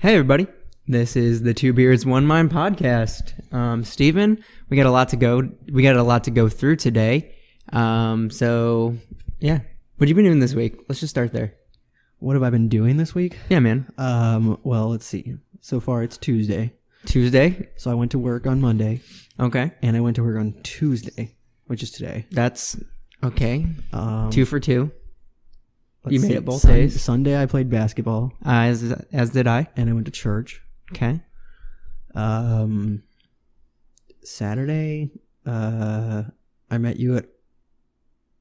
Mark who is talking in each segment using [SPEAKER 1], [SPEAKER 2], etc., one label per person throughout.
[SPEAKER 1] Hey, everybody. This is the Two Beards One Mind podcast. Um, Steven, we got a lot to go. We got a lot to go through today. Um, so yeah, what you been doing this week? Let's just start there.
[SPEAKER 2] What have I been doing this week?
[SPEAKER 1] Yeah, man.
[SPEAKER 2] Um, well, let's see. So far, it's Tuesday.
[SPEAKER 1] Tuesday.
[SPEAKER 2] So I went to work on Monday,
[SPEAKER 1] Okay,
[SPEAKER 2] and I went to work on Tuesday, which is today.
[SPEAKER 1] that's okay.
[SPEAKER 2] Um,
[SPEAKER 1] Two for two.
[SPEAKER 2] let's
[SPEAKER 1] you made it both
[SPEAKER 2] Sun-
[SPEAKER 1] days?
[SPEAKER 2] Sunday, I played basketball,
[SPEAKER 1] As as did I.
[SPEAKER 2] and I went to church.
[SPEAKER 1] Okay.
[SPEAKER 2] Um, Saturday, uh, I met you at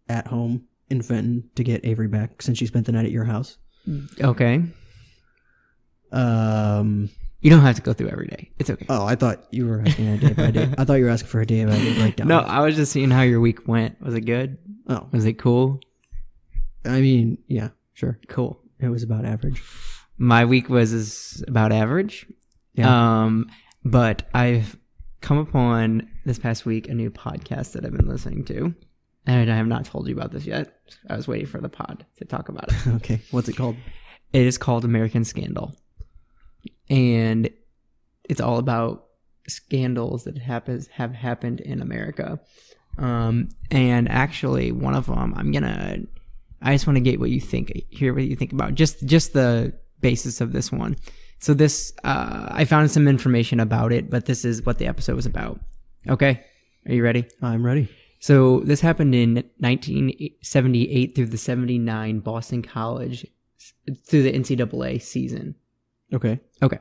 [SPEAKER 2] at home in Fenton to get Avery back since she spent the night at your house.
[SPEAKER 1] Okay.
[SPEAKER 2] Um,
[SPEAKER 1] You don't have to go through every day. It's okay.
[SPEAKER 2] oh, I thought you were asking a day by day. I thought you were asking for a day by day breakdown.
[SPEAKER 1] No, I was just seeing how your week went. Was it good?
[SPEAKER 2] Oh,
[SPEAKER 1] Was it cool?
[SPEAKER 2] I mean, yeah, sure.
[SPEAKER 1] Cool.
[SPEAKER 2] It was about average.
[SPEAKER 1] my week was is about average. Um, but I've come upon this past week a new podcast that I've been listening to. And I have not told you about this yet. I was waiting for the pod to talk about it.
[SPEAKER 2] Okay. What's it called?
[SPEAKER 1] It is called American Scandal. And it's all about scandals that happens have happened in America. Um, and actually one of them I'm going to I just want to get what you think hear what you think about just just the basis of this one. So this uh, I found some information about it, but this is what the episode was about. Okay. Are you ready?
[SPEAKER 2] I'm ready.
[SPEAKER 1] So this happened in 1978 through the 79 Boston College through the NCAA season.
[SPEAKER 2] Okay.
[SPEAKER 1] Okay.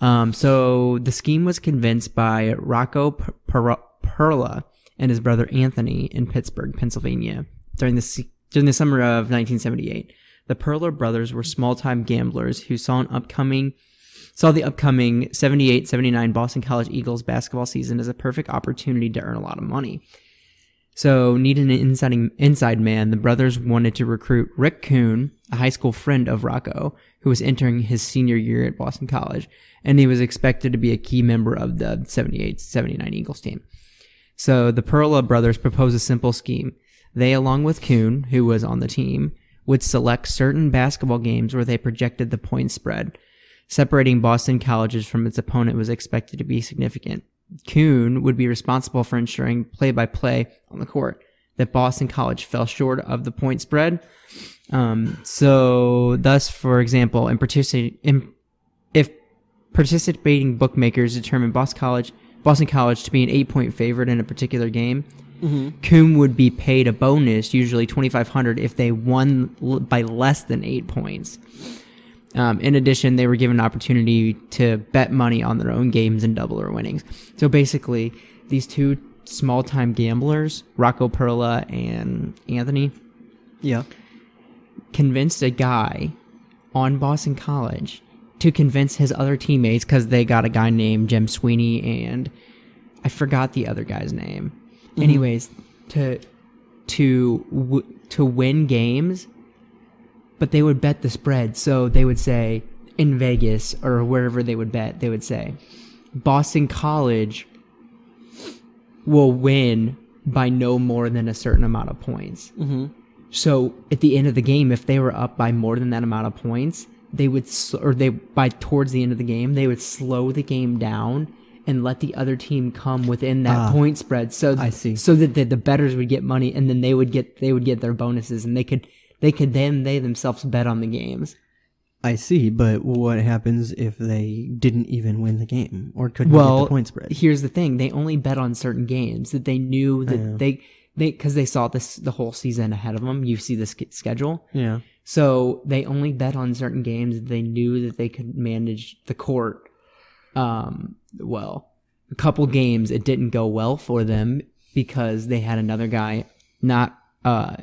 [SPEAKER 1] Um, so the scheme was convinced by Rocco Per- Per- Perla and his brother Anthony in Pittsburgh, Pennsylvania, during the se- during the summer of 1978. The Perla brothers were small-time gamblers who saw an upcoming saw the upcoming 78-79 Boston College Eagles basketball season as a perfect opportunity to earn a lot of money. So, needing an inside, inside man, the brothers wanted to recruit Rick Kuhn, a high school friend of Rocco, who was entering his senior year at Boston College, and he was expected to be a key member of the 78 79 Eagles team. So, the Perla brothers proposed a simple scheme. They, along with Kuhn, who was on the team, would select certain basketball games where they projected the point spread. Separating Boston Colleges from its opponent was expected to be significant. Kuhn would be responsible for ensuring play by play on the court that Boston College fell short of the point spread. Um, so, thus, for example, in partici- in, if participating bookmakers determined Boston College, Boston College to be an eight point favorite in a particular game, Coombe would be paid a bonus, usually 2500 if they won l- by less than eight points. Um, in addition, they were given an opportunity to bet money on their own games and double their winnings. So basically, these two small time gamblers, Rocco Perla and Anthony,
[SPEAKER 2] Yeah.
[SPEAKER 1] convinced a guy on Boston College to convince his other teammates because they got a guy named Jim Sweeney and I forgot the other guy's name. Anyways, to to w- to win games, but they would bet the spread. So they would say in Vegas or wherever they would bet, they would say Boston College will win by no more than a certain amount of points.
[SPEAKER 2] Mm-hmm.
[SPEAKER 1] So at the end of the game, if they were up by more than that amount of points, they would, sl- or they by towards the end of the game, they would slow the game down and let the other team come within that
[SPEAKER 2] Ah,
[SPEAKER 1] point spread. So
[SPEAKER 2] I see.
[SPEAKER 1] So that the, the betters would get money, and then they would get they would get their bonuses, and they could they could then they themselves bet on the games.
[SPEAKER 2] I see, but what happens if they didn't even win the game or couldn't get
[SPEAKER 1] Well,
[SPEAKER 2] the point spread?
[SPEAKER 1] Here's the thing: they only bet on certain games that they knew that they they because they saw this the whole season ahead of them. You see the sch- schedule.
[SPEAKER 2] Yeah.
[SPEAKER 1] So they only bet on certain games that they knew that they could manage the court um, well. A couple games it didn't go well for them because they had another guy, not uh,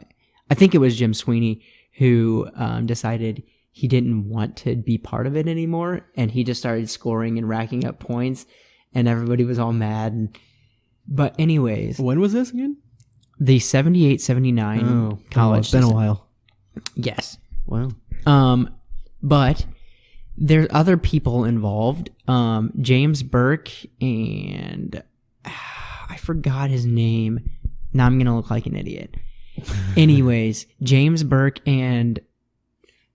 [SPEAKER 1] I think it was Jim Sweeney who um, decided he didn't want to be part of it anymore, and he just started scoring and racking up points, and everybody was all mad. And, but anyways,
[SPEAKER 2] When was this again?
[SPEAKER 1] the 78-79 college
[SPEAKER 2] Oh, it's been a
[SPEAKER 1] system-
[SPEAKER 2] while.
[SPEAKER 1] yes.
[SPEAKER 2] Wow.
[SPEAKER 1] Um, but there's other people involved. Um, James Burke and I forgot his name. Now I'm gonna look like an idiot. Anyways, James Burke and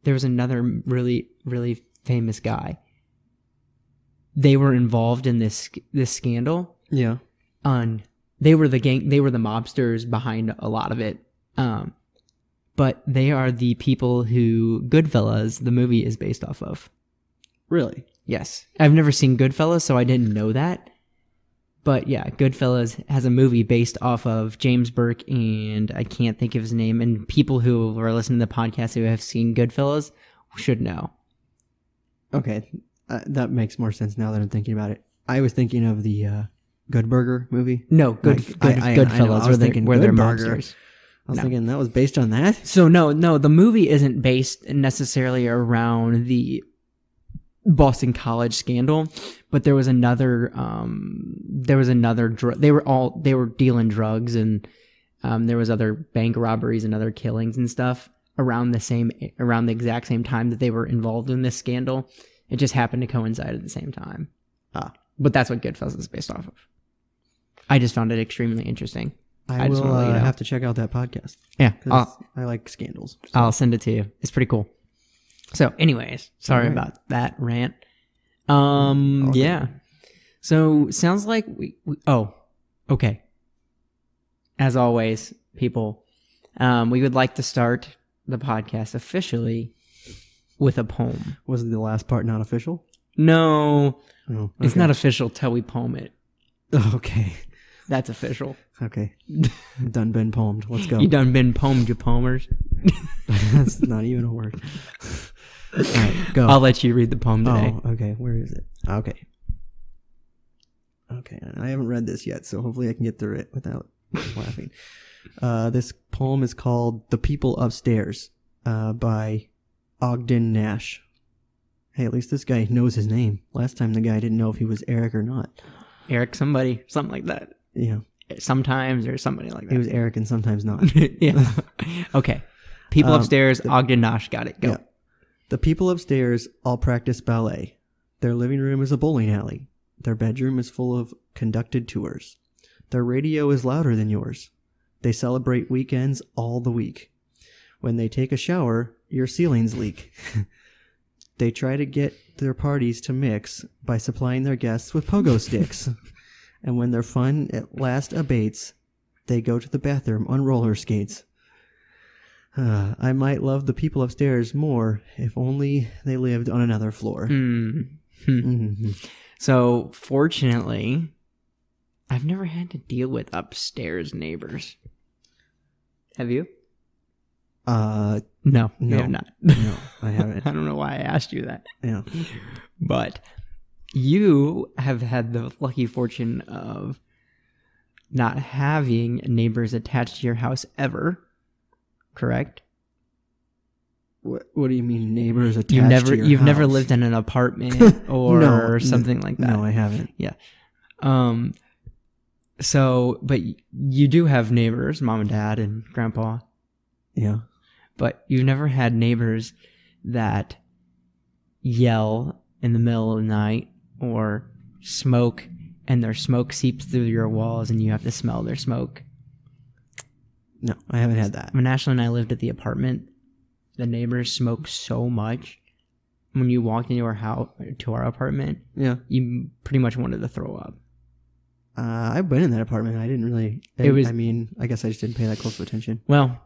[SPEAKER 1] there was another really really famous guy. they were involved in this this scandal
[SPEAKER 2] Yeah.
[SPEAKER 1] on they were the gang they were the mobsters behind a lot of it um but they are the people who goodfellas the movie is based off of
[SPEAKER 2] Really?
[SPEAKER 1] yes i've never seen goodfellas so i didn't know that but yeah goodfellas has a movie based off of james burke and i can't think of his name and people who are listening to the podcast who have seen goodfellas should know
[SPEAKER 2] Okay. Uh, that makes more sense now that I'm thinking about it. I was thinking of the uh, Good Burger movie.
[SPEAKER 1] no good,
[SPEAKER 2] Like,
[SPEAKER 1] good
[SPEAKER 2] I- I- I know. I
[SPEAKER 1] goodfellas
[SPEAKER 2] was
[SPEAKER 1] where they're,
[SPEAKER 2] thinking
[SPEAKER 1] where they're
[SPEAKER 2] Good Burger.
[SPEAKER 1] mobsters
[SPEAKER 2] I was
[SPEAKER 1] No.
[SPEAKER 2] thinking that was based on that.
[SPEAKER 1] So no, no, the movie isn't based necessarily around the Boston College scandal, but there was another um there was another drug they were all they were dealing drugs and um there was other bank robberies and other killings and stuff around the same around the exact same time that they were involved in this scandal. It just happened to coincide at the same time.
[SPEAKER 2] Ah.
[SPEAKER 1] But that's what Goodfellas is based off of. I just found it extremely interesting. Uh,
[SPEAKER 2] I,
[SPEAKER 1] I
[SPEAKER 2] will
[SPEAKER 1] just wanna let you
[SPEAKER 2] uh,
[SPEAKER 1] know.
[SPEAKER 2] have to check out that podcast
[SPEAKER 1] Yeah.
[SPEAKER 2] 'cause
[SPEAKER 1] I'll-
[SPEAKER 2] I like scandals. so.
[SPEAKER 1] I'll send it to you. It's pretty cool. So, anyways, sorry
[SPEAKER 2] Alright.
[SPEAKER 1] about that rant. Um,
[SPEAKER 2] Okay.
[SPEAKER 1] yeah. So sounds like we, we. Oh, okay. As always, people, um, we would like to start the podcast officially with a poem.
[SPEAKER 2] Was the last part not official?
[SPEAKER 1] No,
[SPEAKER 2] No,
[SPEAKER 1] it's not official till we poem it.
[SPEAKER 2] A- okay,
[SPEAKER 1] That's official.
[SPEAKER 2] okay. done been poemed. Let's go.
[SPEAKER 1] You done been poemed, you poemers.
[SPEAKER 2] That's not even a word. All right, go.
[SPEAKER 1] I'll let you read the poem today.
[SPEAKER 2] oh, okay. Where is it? Okay. Okay, and I haven't read this yet, so hopefully I can get through it without laughing. Uh, this poem is called "The People Upstairs" uh, by Ogden Nash. Hey, at least this guy knows his name. Last time the guy didn't know if he was Eric or not.
[SPEAKER 1] Eric, somebody, something like that.
[SPEAKER 2] Yeah,
[SPEAKER 1] Sometimes or somebody like that.
[SPEAKER 2] he was Eric and sometimes not.
[SPEAKER 1] yeah. Okay. People
[SPEAKER 2] Um,
[SPEAKER 1] upstairs, Ogden Nosh got it. Go.
[SPEAKER 2] Yeah. The people upstairs all practice ballet. Their living room is a bowling alley. Their bedroom is full of conducted tours. Their radio is louder than yours. They celebrate weekends all the week. When they take a shower, your ceilings leak. they try to get their parties to mix by supplying their guests with pogo sticks. and when their fun at last abates, they go to the bathroom on roller skates. Ah, I might love the people upstairs more if only they lived on another floor.
[SPEAKER 1] Hmm.
[SPEAKER 2] Mhm.
[SPEAKER 1] So, fortunately, I've never had to deal with upstairs neighbors. Have you?
[SPEAKER 2] Uh,
[SPEAKER 1] No,
[SPEAKER 2] No.
[SPEAKER 1] I have not.
[SPEAKER 2] no, I haven't.
[SPEAKER 1] I don't know why I asked you that,
[SPEAKER 2] Yeah.
[SPEAKER 1] but you have had the lucky fortune of not having neighbors attached to your house ever. Correct?
[SPEAKER 2] What, what do you mean neighbors attached
[SPEAKER 1] You've never
[SPEAKER 2] to your
[SPEAKER 1] you've never
[SPEAKER 2] house?
[SPEAKER 1] lived in an apartment or
[SPEAKER 2] No, n-
[SPEAKER 1] something like that.
[SPEAKER 2] No, I haven't.
[SPEAKER 1] Um, so, but y- you do have neighbors, mom and dad and grandpa,
[SPEAKER 2] Yeah.
[SPEAKER 1] but you've never had neighbors that yell in the middle of the night or smoke and their smoke seeps through your walls and you have to smell their smoke.
[SPEAKER 2] No, I haven't had that.
[SPEAKER 1] When Ashley and I lived at the apartment, the neighbors smoked so much. When you walked into our house, to our apartment,
[SPEAKER 2] Yeah.
[SPEAKER 1] you pretty much wanted to throw up.
[SPEAKER 2] Uh, I've been in that apartment. I didn't really. I,
[SPEAKER 1] It was-
[SPEAKER 2] I mean, I guess I just didn't pay that close of attention.
[SPEAKER 1] Well,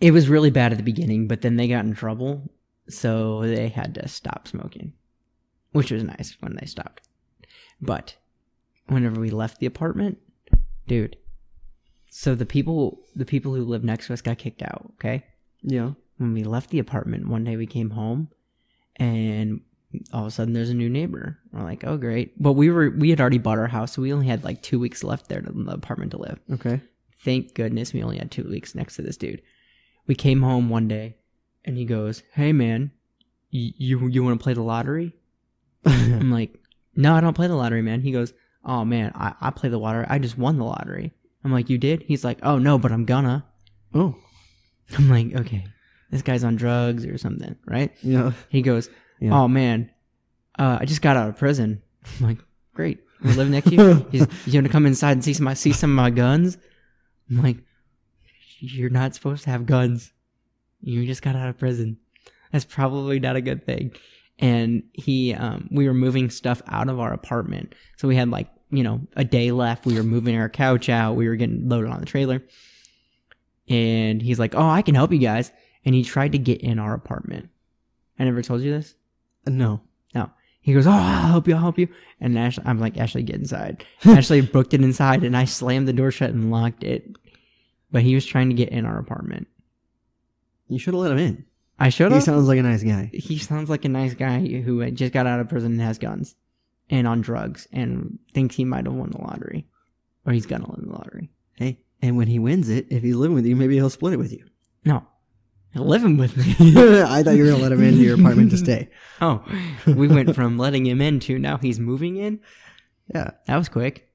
[SPEAKER 1] it was really bad at the beginning, but then they got in trouble, so they had to stop smoking, which was nice when they stopped. But whenever we left the apartment, dude, so the people the people who lived next to us got kicked out, okay?
[SPEAKER 2] Yeah.
[SPEAKER 1] When we left the apartment, one day we came home and all of a sudden there's a new neighbor. We're like, "Oh, great." But we were we had already bought our house, so we only had like 2 weeks left there in the apartment to live
[SPEAKER 2] Okay.
[SPEAKER 1] thank goodness we only had two weeks next to this dude. We came home one day, and he goes, "Hey man, y- you you want to play the lottery?" I'm like, "No, I don't play the lottery, man." He goes, "Oh man, I I play the lottery. I just won the lottery." I'm like, "You did?" He's like, "Oh no, but I'm gonna."
[SPEAKER 2] oh.
[SPEAKER 1] I'm like, "Okay, this guy's on drugs or something, right?"
[SPEAKER 2] Yeah.
[SPEAKER 1] He goes,
[SPEAKER 2] Yeah.
[SPEAKER 1] "Oh man, uh, I just got out of prison." I'm like, "Great, I live next to you. He's, you want to come inside and see some? See some of my guns?" I'm like, "You're not supposed to have guns. You just got out of prison. That's probably not a good thing." and he um, we were moving stuff out of our apartment so we had like you know a day left we were moving our couch out we were getting loaded on the trailer and he's like oh i can help you guys and he tried to get in our apartment i never told you this
[SPEAKER 2] No.
[SPEAKER 1] he goes oh i'll help you i'll help you and ashley i'm like ashley get inside ashley brooked it inside and i slammed the door shut and locked it but he was trying to get in our apartment
[SPEAKER 2] You should have let him in.
[SPEAKER 1] i showed
[SPEAKER 2] He
[SPEAKER 1] up
[SPEAKER 2] sounds like a nice guy.
[SPEAKER 1] he sounds like a nice guy who had just got out of prison and has guns and on drugs and thinks he might have won the lottery or he's gonna win the lottery.
[SPEAKER 2] Hey, and when he wins it, if he's living with you, maybe he'll split it with you.
[SPEAKER 1] No, living with me.
[SPEAKER 2] I thought you were gonna let him into your apartment to stay.
[SPEAKER 1] oh, we went from letting him in to now he's moving in.
[SPEAKER 2] Yeah,
[SPEAKER 1] That was quick.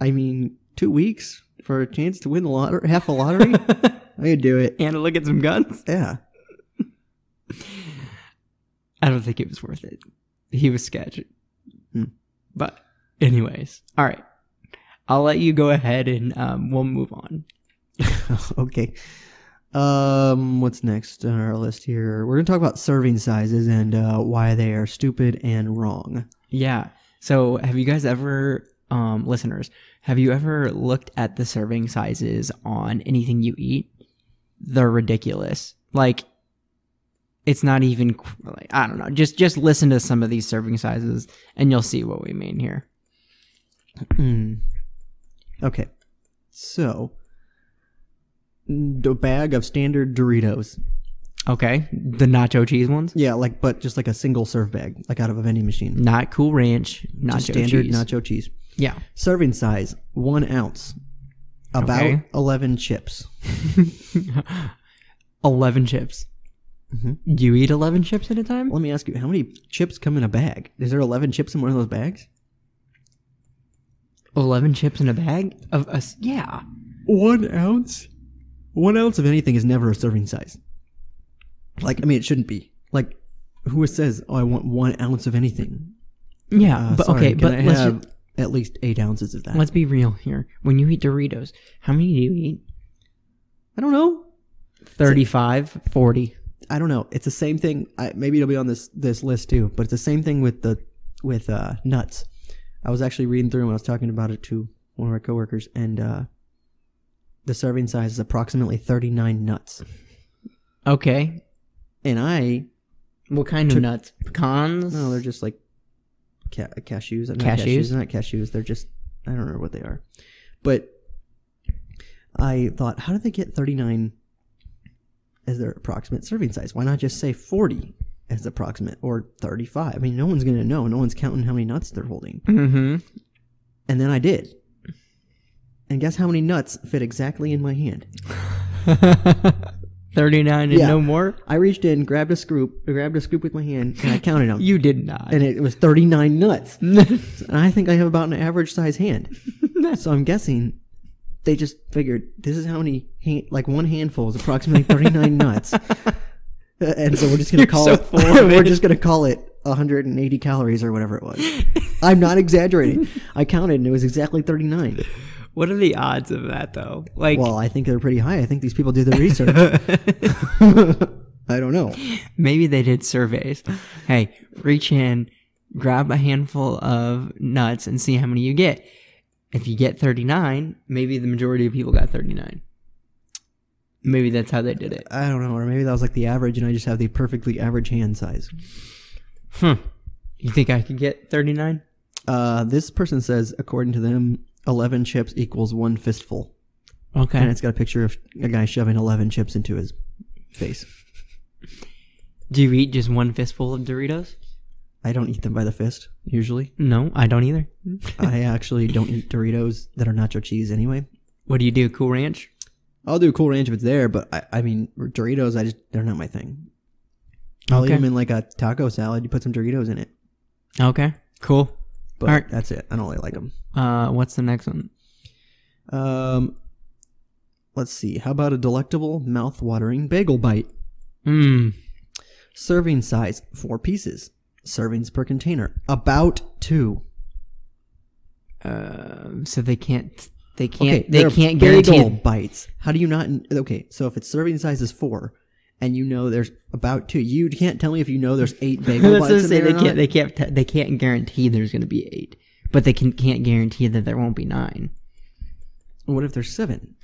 [SPEAKER 2] I mean, two weeks for a chance to win the lottery, half a lottery. I could do it.
[SPEAKER 1] and to look at some guns.
[SPEAKER 2] Yeah,
[SPEAKER 1] I don't think it was worth it. He was sketchy.
[SPEAKER 2] Hmm.
[SPEAKER 1] But, anyways, all right. I'll let you go ahead and um, we'll move on.
[SPEAKER 2] okay. Um, what's next on our list here? We're gonna talk about serving sizes and uh, why they are stupid and wrong.
[SPEAKER 1] Yeah. So, have you guys ever, um, listeners, have you ever looked at the serving sizes on anything you eat? They're ridiculous. Like, it's not even. qu- Like, I don't know. Just just listen to some of these serving sizes, and you'll see what we mean here.
[SPEAKER 2] Hmm. Okay, so mm, a bag of standard Doritos.
[SPEAKER 1] Okay, the nacho cheese ones,
[SPEAKER 2] Yeah, like but just like a single serve bag, like out of a vending machine.
[SPEAKER 1] not Cool Ranch, nacho
[SPEAKER 2] Just standard
[SPEAKER 1] cheese.
[SPEAKER 2] nacho cheese.
[SPEAKER 1] yeah.
[SPEAKER 2] Serving size one ounce, about
[SPEAKER 1] Okay.
[SPEAKER 2] eleven chips.
[SPEAKER 1] 11 chips.
[SPEAKER 2] Mhm.
[SPEAKER 1] You eat 11 chips at a time?
[SPEAKER 2] Let me ask you, how many chips come in a bag? Is there eleven chips in one of those bags?
[SPEAKER 1] 11 chips in a bag of us? Yeah.
[SPEAKER 2] One ounce. One ounce of anything is never a serving size. Like I mean, it shouldn't be. Like who says, "Oh, I want one ounce of anything"?
[SPEAKER 1] Yeah,
[SPEAKER 2] Uh,
[SPEAKER 1] but
[SPEAKER 2] sorry,
[SPEAKER 1] okay,
[SPEAKER 2] can
[SPEAKER 1] but
[SPEAKER 2] I
[SPEAKER 1] let's ju-
[SPEAKER 2] have at least eight ounces of that.
[SPEAKER 1] Let's be real here. When you eat Doritos, how many do you eat?
[SPEAKER 2] I don't know.
[SPEAKER 1] 35, 40.
[SPEAKER 2] I don't know. It's the same thing. I, maybe it'll be on this this list too. But it's the same thing with the with uh, nuts. I was actually reading through and I was talking about it to one of our coworkers, and uh, the serving size is approximately thirty nine nuts.
[SPEAKER 1] Okay.
[SPEAKER 2] And I
[SPEAKER 1] What kind of nuts? Pecans?
[SPEAKER 2] no, they're just like ca- cashews. Not
[SPEAKER 1] Cashews?
[SPEAKER 2] cashews, they're not cashews. They're just I don't know what they are. But I thought, how did they get thirty nine as their approximate serving size? Why not just say forty as approximate or thirty five? I mean, no one's gonna know. No one's counting how many nuts they're holding.
[SPEAKER 1] Mm-hmm.
[SPEAKER 2] And then I did. And guess how many nuts fit exactly in my hand?
[SPEAKER 1] 39 and
[SPEAKER 2] Yeah.
[SPEAKER 1] no more?
[SPEAKER 2] I reached in, grabbed a scoop, grabbed a scoop with my hand, and I counted them.
[SPEAKER 1] You did not.
[SPEAKER 2] and it was 39 nuts. and I think I have about an average size hand. so I'm guessing they just figured this is how many hand, like one handful is approximately 39 nuts. Uh, And so we're just gonna call
[SPEAKER 1] so
[SPEAKER 2] it.
[SPEAKER 1] full of
[SPEAKER 2] we're
[SPEAKER 1] it.
[SPEAKER 2] just gonna call it 180 calories or whatever it was. I'm not exaggerating. I counted and it was exactly 39.
[SPEAKER 1] what are the odds of that, though? Like,
[SPEAKER 2] Well, I think they're pretty high. I think these people did their research. I don't know.
[SPEAKER 1] maybe they did surveys. Hey, reach in, grab a handful of nuts, and see how many you get. If you get 39, maybe the majority of people got 39. Maybe that's how they did it.
[SPEAKER 2] I don't know. Or maybe that was like the average, and I just have the perfectly average hand size.
[SPEAKER 1] Hmm. You think I could get 39?
[SPEAKER 2] Uh, this person says, according to them, 11 chips equals one fistful. And
[SPEAKER 1] Okay.
[SPEAKER 2] it's got a picture of a guy shoving 11 chips into his face.
[SPEAKER 1] Do you eat just one fistful of Doritos?
[SPEAKER 2] I don't eat them by the fist, usually.
[SPEAKER 1] No, I don't either.
[SPEAKER 2] I actually don't eat Doritos that are nacho cheese anyway.
[SPEAKER 1] What do you do? Cool Ranch?
[SPEAKER 2] I'll do Cool Ranch if it's there, but I, I mean, Doritos, I just, they're not my thing. I'll eat
[SPEAKER 1] Okay.
[SPEAKER 2] them in like a taco salad. You put some Doritos in it.
[SPEAKER 1] Okay. Cool.
[SPEAKER 2] But
[SPEAKER 1] Alright.
[SPEAKER 2] that's it. I don't really like them.
[SPEAKER 1] Uh, what's the next one?
[SPEAKER 2] Um, let's see. How about a delectable, mouth-watering bagel bite?
[SPEAKER 1] Mmm.
[SPEAKER 2] Serving size, four pieces. Servings per container, about two.
[SPEAKER 1] Uh, so they can't. They
[SPEAKER 2] Okay,
[SPEAKER 1] can't. they
[SPEAKER 2] they're
[SPEAKER 1] can't guarantee.
[SPEAKER 2] bagel bites. How do you not? Okay, so if its serving size is four, and you know there's about two. You can't tell me if you know there's eight bagel
[SPEAKER 1] That's what I'm
[SPEAKER 2] bites in
[SPEAKER 1] saying.
[SPEAKER 2] there.
[SPEAKER 1] They
[SPEAKER 2] or not.
[SPEAKER 1] can't, they can't. t- They can't guarantee there's going to be eight, but they can, can't guarantee that there won't be nine.
[SPEAKER 2] What if there's seven?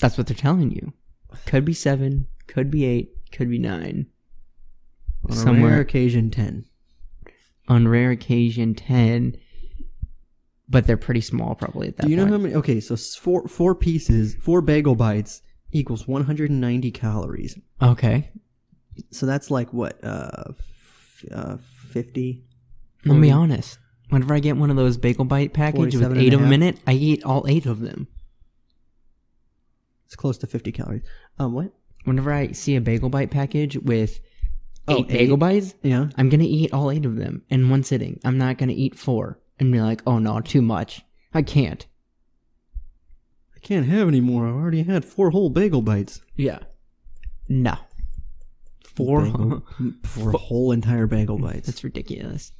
[SPEAKER 1] That's what they're telling you. Could be seven. Could be eight. Could be nine.
[SPEAKER 2] On a
[SPEAKER 1] Somewhere.
[SPEAKER 2] rare occasion, ten.
[SPEAKER 1] On rare occasion, ten. But they're pretty small, probably at that.
[SPEAKER 2] Do you know
[SPEAKER 1] point.
[SPEAKER 2] how many? Okay, so s- four four pieces, four bagel bites equals 190 calories.
[SPEAKER 1] Okay.
[SPEAKER 2] So that's like what, uh, f- uh 50?
[SPEAKER 1] Let me be honest. Whenever I get one of those bagel bite package
[SPEAKER 2] 47
[SPEAKER 1] with
[SPEAKER 2] Hmm. and
[SPEAKER 1] eight
[SPEAKER 2] a
[SPEAKER 1] of them
[SPEAKER 2] half.
[SPEAKER 1] in it, I eat all eight of them.
[SPEAKER 2] It's close to 50 calories. Um, what?
[SPEAKER 1] Whenever I see a bagel bite package with
[SPEAKER 2] Oh,
[SPEAKER 1] eight bagel
[SPEAKER 2] eight?
[SPEAKER 1] bites,
[SPEAKER 2] Yeah.
[SPEAKER 1] I'm gonna eat all eight of them in one sitting. I'm not gonna eat four and be like, oh no, too much. I can't.
[SPEAKER 2] I can't have any more. I've already had four whole bagel bites.
[SPEAKER 1] Yeah. No. Four.
[SPEAKER 2] Bagel- four whole entire bagel bites.
[SPEAKER 1] That's ridiculous.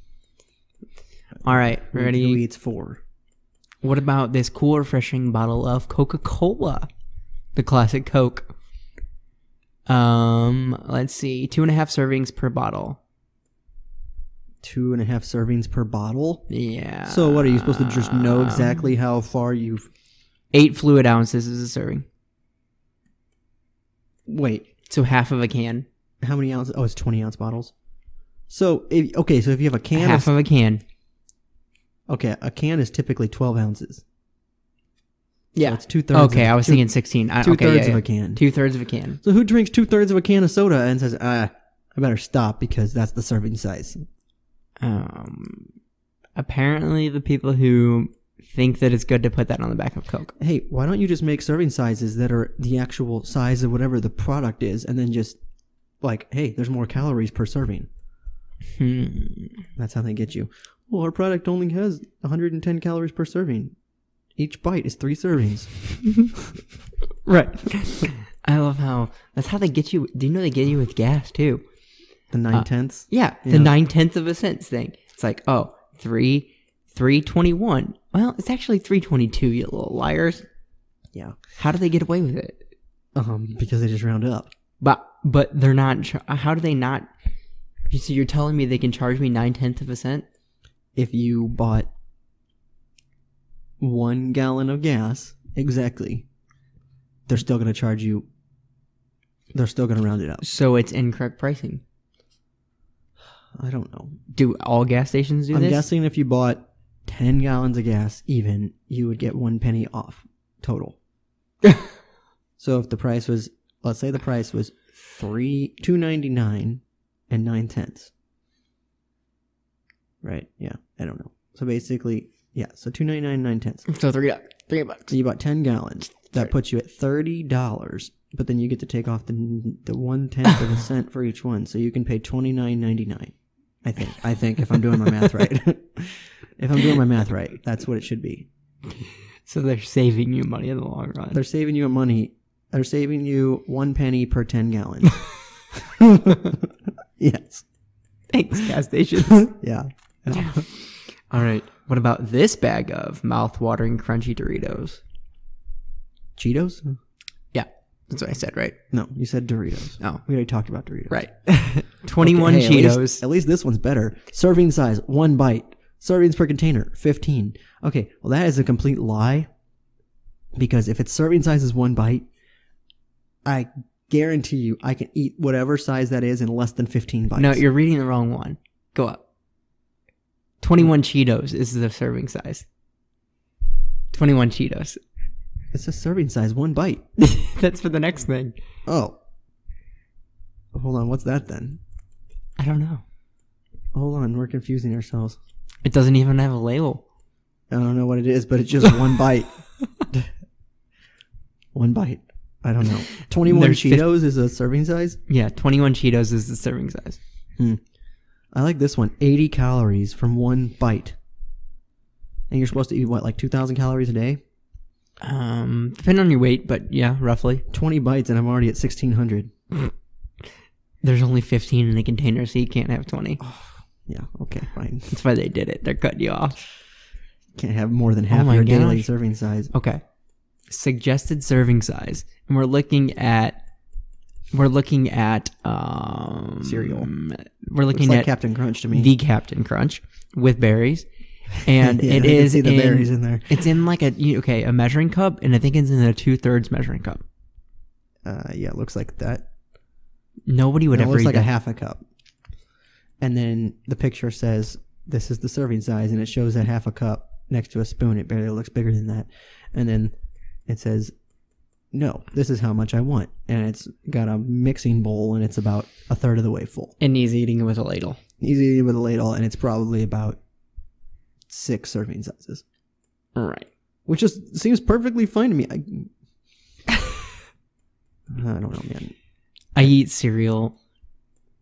[SPEAKER 1] All right,
[SPEAKER 2] Who
[SPEAKER 1] ready?
[SPEAKER 2] eats four?
[SPEAKER 1] What about this cool, refreshing bottle of Coca Cola? The classic Coke. Um, let's see. Two and a half servings per bottle.
[SPEAKER 2] Two and a half servings per bottle.
[SPEAKER 1] Yeah.
[SPEAKER 2] So what are you supposed to just know
[SPEAKER 1] Um,
[SPEAKER 2] exactly how far you've?
[SPEAKER 1] Eight fluid ounces is a serving.
[SPEAKER 2] Wait,
[SPEAKER 1] So half of a can.
[SPEAKER 2] how many ounces? Oh, it's twenty ounce bottles. So if, okay, so if you have a can,
[SPEAKER 1] half
[SPEAKER 2] of,
[SPEAKER 1] of a can.
[SPEAKER 2] okay, a can is typically twelve ounces.
[SPEAKER 1] Yeah.
[SPEAKER 2] It's two thirds.
[SPEAKER 1] Okay, I was thinking 16. I,
[SPEAKER 2] two
[SPEAKER 1] okay,
[SPEAKER 2] thirds
[SPEAKER 1] yeah,
[SPEAKER 2] of
[SPEAKER 1] yeah.
[SPEAKER 2] a can.
[SPEAKER 1] Two thirds of a can.
[SPEAKER 2] So who drinks two thirds of a can of soda and says, ah, I better stop because that's the serving size.
[SPEAKER 1] Um, apparently, the people who think that it's good to put that on the back of Coke.
[SPEAKER 2] Hey, why don't you just make serving sizes that are the actual size of whatever the product is, and then just like, hey, there's more calories per serving.
[SPEAKER 1] Hmm.
[SPEAKER 2] That's how they get you. Well, our product only has 110 calories per serving. Each bite is three servings.
[SPEAKER 1] Right. I love how that's how they get you. Do you know they get you with gas too?
[SPEAKER 2] The nine tenths.
[SPEAKER 1] Yeah, the
[SPEAKER 2] Yeah.
[SPEAKER 1] nine tenths of a cent thing. It's like oh three three twenty one. Well, it's actually three twenty two. You little liars.
[SPEAKER 2] Yeah.
[SPEAKER 1] How do they get away with it?
[SPEAKER 2] Um, because they just round up.
[SPEAKER 1] But but they're not. char- How do they not? You see, you're telling me they can charge me nine tenths of a cent?
[SPEAKER 2] If you bought one gallon of gas, exactly, they're still going to charge you. They're still going to round it up.
[SPEAKER 1] So it's incorrect pricing.
[SPEAKER 2] I don't know.
[SPEAKER 1] Do all gas stations do
[SPEAKER 2] I'm
[SPEAKER 1] this?
[SPEAKER 2] guessing if you bought 10 gallons of gas, even, you would get one penny off total. so if the price was, let's say the price was three two ninety nine and nine tenths. Right? Yeah. I don't know. So basically, yeah. So two ninety nine nine tenths.
[SPEAKER 1] So three bucks. Three bucks.
[SPEAKER 2] So you bought 10 gallons. That puts you at thirty dollars, but then you get to take off the the one tenth of a cent for each one, so you can pay twenty nine ninety nine. I think. I think if I'm doing my math right. if I'm doing my math right, that's what it should be.
[SPEAKER 1] So they're saving you money in the long run.
[SPEAKER 2] They're saving you money. They're saving you one penny per ten gallons. yes.
[SPEAKER 1] Thanks, gas stations.
[SPEAKER 2] Yeah.
[SPEAKER 1] all right. What about this bag of mouth-watering crunchy Doritos?
[SPEAKER 2] Cheetos?
[SPEAKER 1] Yeah, that's what I said, right?
[SPEAKER 2] No, you said Doritos.
[SPEAKER 1] Oh,
[SPEAKER 2] We already talked about Doritos.
[SPEAKER 1] right. Twenty-one
[SPEAKER 2] Okay, hey,
[SPEAKER 1] Cheetos.
[SPEAKER 2] At least, at least this one's better. Serving size, one bite. Servings per container, 15. Okay, well, that is a complete lie. Because if its serving size is one bite, I guarantee you I can eat whatever size that is in less than 15 bites.
[SPEAKER 1] no, you're reading the wrong one. Go up. Twenty-one Cheetos is the serving size. Twenty-one Cheetos.
[SPEAKER 2] It's a serving size, one bite.
[SPEAKER 1] that's for the next thing.
[SPEAKER 2] Oh. Hold on, what's that then?
[SPEAKER 1] I don't know.
[SPEAKER 2] Hold on, we're confusing ourselves.
[SPEAKER 1] It doesn't even have a label.
[SPEAKER 2] I don't know what it is, but it's just one bite. one bite. I don't know. 21
[SPEAKER 1] There's fif-
[SPEAKER 2] Cheetos is a serving size?
[SPEAKER 1] Yeah, twenty-one Cheetos is the serving size.
[SPEAKER 2] I like this one. 80 calories from one bite. And you're supposed to eat what, like 2,000 calories a day?
[SPEAKER 1] Um, depending on your weight, but yeah, roughly.
[SPEAKER 2] 20 bites, and I'm already at 1,600.
[SPEAKER 1] There's only 15 in the container, so you can't have 20.
[SPEAKER 2] Yeah, okay, fine.
[SPEAKER 1] That's why they did it. They're cutting you off.
[SPEAKER 2] Can't have more than half
[SPEAKER 1] Oh my
[SPEAKER 2] your daily
[SPEAKER 1] gosh.
[SPEAKER 2] serving size.
[SPEAKER 1] Okay. Suggested serving size. And we're looking at We're looking at um,
[SPEAKER 2] Cereal.
[SPEAKER 1] We're
[SPEAKER 2] It's
[SPEAKER 1] looking
[SPEAKER 2] like
[SPEAKER 1] at
[SPEAKER 2] Captain Crunch to me.
[SPEAKER 1] the Captain Crunch with berries, and
[SPEAKER 2] Yeah, I
[SPEAKER 1] it
[SPEAKER 2] can
[SPEAKER 1] is
[SPEAKER 2] see the
[SPEAKER 1] in-
[SPEAKER 2] berries in there.
[SPEAKER 1] It's in like a you- okay a measuring cup, and I think it's in a two thirds measuring cup.
[SPEAKER 2] Uh, yeah, it looks like that.
[SPEAKER 1] Nobody would
[SPEAKER 2] No, it
[SPEAKER 1] ever
[SPEAKER 2] looks
[SPEAKER 1] eat
[SPEAKER 2] like a
[SPEAKER 1] that.
[SPEAKER 2] half a cup. And then the picture says this is the serving size, and it shows that half a cup next to a spoon. It barely looks bigger than that. And then it says, "No, this is how much I want," and it's got a mixing bowl, and it's about a third of the way full.
[SPEAKER 1] and he's eating it with a ladle.
[SPEAKER 2] He's eating with a ladle, and it's probably about six serving sizes,
[SPEAKER 1] Right.
[SPEAKER 2] which just seems perfectly fine to me. I, I don't know, man.
[SPEAKER 1] I eat cereal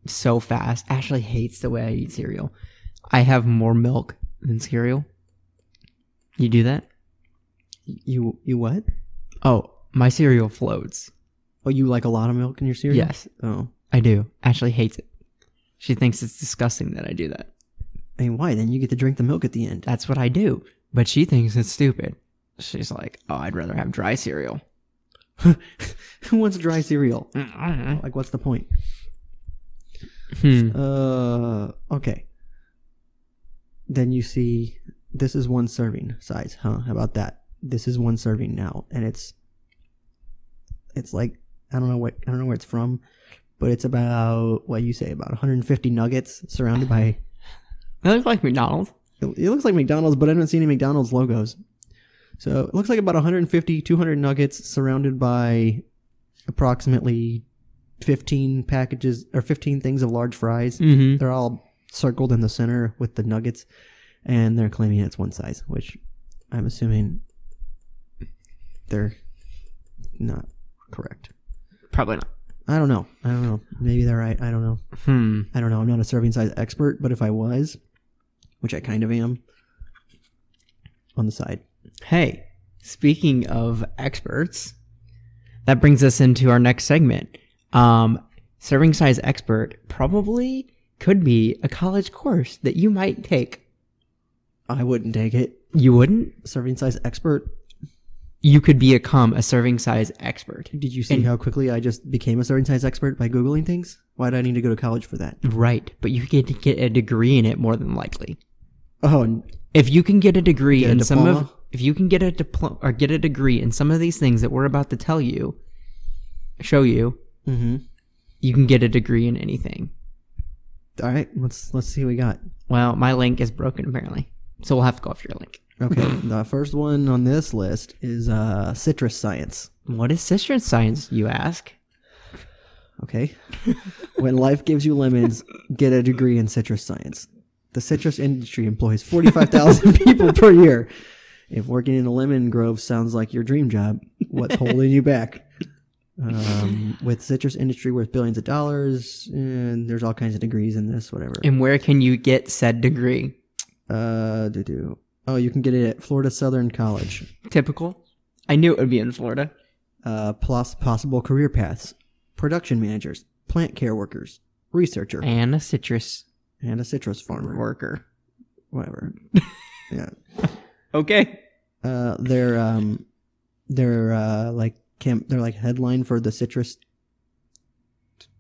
[SPEAKER 1] so fast. Ashley hates the way I eat cereal. I have more milk than cereal. You do that?
[SPEAKER 2] You you what?
[SPEAKER 1] Oh, my cereal floats.
[SPEAKER 2] Oh, you like a lot of milk in your cereal?
[SPEAKER 1] Yes,
[SPEAKER 2] Oh.
[SPEAKER 1] I do. Ashley hates it. She thinks it's disgusting that I do that.
[SPEAKER 2] I mean, why? Then you get to drink the milk at the end.
[SPEAKER 1] That's what I do. But she thinks it's stupid. She's like, oh, I'd rather have dry cereal.
[SPEAKER 2] Who wants dry cereal?
[SPEAKER 1] Hmm.
[SPEAKER 2] Like, what's the point? Uh, okay. Then you see, this is one serving size, huh? How about that? This is one serving now, and it's, it's like I don't know what I don't know where it's from, but it's about what you say about 150 nuggets surrounded by.
[SPEAKER 1] It looks like McDonald's.
[SPEAKER 2] It, it looks like McDonald's, but I don't see any McDonald's logos. So it looks like about 150, 200 nuggets surrounded by approximately 15 packages or 15 things of large fries.
[SPEAKER 1] Mm-hmm.
[SPEAKER 2] They're all circled in the center with the nuggets, and they're claiming it's one size, which I'm assuming they're not correct.
[SPEAKER 1] Probably not.
[SPEAKER 2] I don't know. I don't know. Maybe they're right. I don't know.
[SPEAKER 1] Hmm.
[SPEAKER 2] I don't know. I'm not a serving size expert, but if I was, which I kind of am, on the side.
[SPEAKER 1] Hey, speaking of experts, that brings us into our next segment. Um, serving size expert probably could be a college course that you might take.
[SPEAKER 2] I wouldn't take it.
[SPEAKER 1] You wouldn't?
[SPEAKER 2] Serving size expert.
[SPEAKER 1] You could become a serving size expert.
[SPEAKER 2] Did you see
[SPEAKER 1] And-
[SPEAKER 2] how quickly I just became a serving size expert by Googling things? Why did I need to go to college for that?
[SPEAKER 1] Right, but you get to get a degree in it more than likely.
[SPEAKER 2] Oh, n-
[SPEAKER 1] If you can get a degree
[SPEAKER 2] Get a
[SPEAKER 1] in some of
[SPEAKER 2] diploma?
[SPEAKER 1] if you can get a diploma or get a degree in some of these things that we're about to tell you, show you,
[SPEAKER 2] mhm.
[SPEAKER 1] you can get a degree in anything.
[SPEAKER 2] All right, let's let's see what we got.
[SPEAKER 1] Well, my link is broken apparently, so we'll have to go off your link.
[SPEAKER 2] Okay, the first one on this list is uh, citrus science.
[SPEAKER 1] What is citrus science, you ask?
[SPEAKER 2] Okay, when life gives you lemons, get a degree in citrus science. The citrus industry employs forty-five thousand people per year. If working in a lemon grove sounds like your dream job, what's holding you back? Um, with citrus industry worth billions of dollars, and there's all kinds of degrees in this, whatever.
[SPEAKER 1] And where can you get said degree?
[SPEAKER 2] Uh, do do. Oh, you can get it at Florida Southern College.
[SPEAKER 1] Typical. I knew it would be in Florida.
[SPEAKER 2] uh, plus possible career paths production managers, plant care workers, researcher,
[SPEAKER 1] And a citrus
[SPEAKER 2] and a citrus farmer.
[SPEAKER 1] worker.
[SPEAKER 2] Whatever. yeah.
[SPEAKER 1] Okay.
[SPEAKER 2] Uh, they're, um, they're, uh, like, camp, they're like headline for the citrus,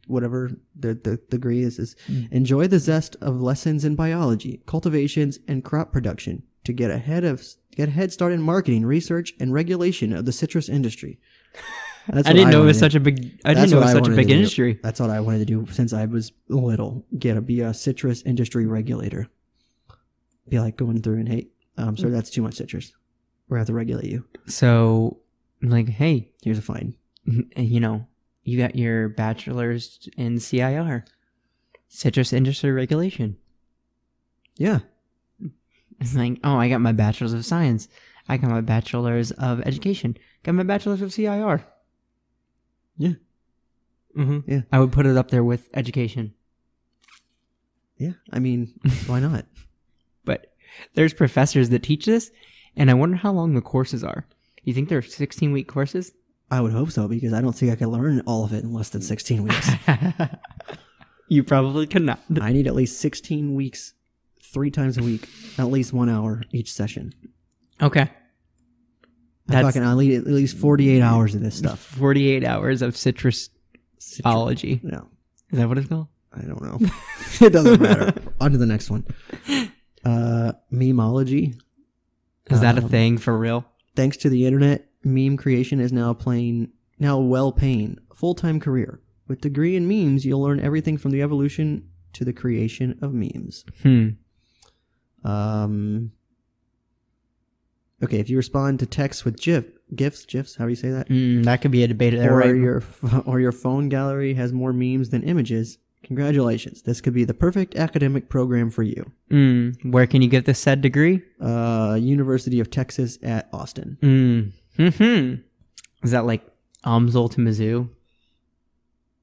[SPEAKER 2] whatever the, the degree is, is
[SPEAKER 1] Hmm.
[SPEAKER 2] enjoy the zest of lessons in biology, cultivations, and crop production to get ahead of, get a head start in marketing, research, and regulation of the citrus industry. That's
[SPEAKER 1] I
[SPEAKER 2] what
[SPEAKER 1] didn't know it was
[SPEAKER 2] wanted.
[SPEAKER 1] such a big. I
[SPEAKER 2] That's
[SPEAKER 1] didn't know it
[SPEAKER 2] what
[SPEAKER 1] was
[SPEAKER 2] I
[SPEAKER 1] such a
[SPEAKER 2] wanted
[SPEAKER 1] big
[SPEAKER 2] to do.
[SPEAKER 1] industry.
[SPEAKER 2] That's what I wanted to do since I was little. Get a be a citrus industry regulator. Be like going through and hey,
[SPEAKER 1] Hmm.
[SPEAKER 2] um, sir, that's too much citrus. We're gonna have to regulate you.
[SPEAKER 1] So, like, hey,
[SPEAKER 2] Here's a fine.
[SPEAKER 1] you know, you got your bachelor's in CIR, citrus industry regulation.
[SPEAKER 2] Yeah,
[SPEAKER 1] It's like, oh, I got my bachelor's of science. I got my bachelor's of education. Got my bachelor's of CIR.
[SPEAKER 2] Yeah.
[SPEAKER 1] hmm
[SPEAKER 2] Yeah.
[SPEAKER 1] I would put it up there with education,
[SPEAKER 2] yeah. I mean, why not?
[SPEAKER 1] but there's professors that teach this, and I wonder how long the courses are. You think they're 16 week courses?
[SPEAKER 2] I would hope so because I don't think I could learn all of it in less than 16 weeks.
[SPEAKER 1] you probably could not.
[SPEAKER 2] I need at least 16 weeks, three times a week, at least one hour each session.
[SPEAKER 1] Okay.
[SPEAKER 2] I'm
[SPEAKER 1] That's-
[SPEAKER 2] talking. I need at least 48 hours of this stuff.
[SPEAKER 1] 48 hours of citrus Ology.
[SPEAKER 2] No,
[SPEAKER 1] Is that what it's called?
[SPEAKER 2] I don't know. it doesn't matter. On to the next one. Uh, memeology.
[SPEAKER 1] Is that a
[SPEAKER 2] Um,
[SPEAKER 1] thing for real?
[SPEAKER 2] Thanks to the internet, meme creation is now playing now well paying full time career. With degree in memes, you'll learn everything from the evolution to the creation of memes.
[SPEAKER 1] Hmm.
[SPEAKER 2] Um, okay, if you respond to texts with GIF, GIFs, GIFs, how do you say that?
[SPEAKER 1] Mm, that could be a debate.
[SPEAKER 2] or
[SPEAKER 1] There, right?
[SPEAKER 2] your ph- or your phone gallery has more memes than images. Congratulations, this could be the perfect academic program for you.
[SPEAKER 1] Mm, where can you get this said degree?
[SPEAKER 2] Uh, University of Texas at Austin.
[SPEAKER 1] Mm. Hmm. Is that like Amsoil to Mizzou,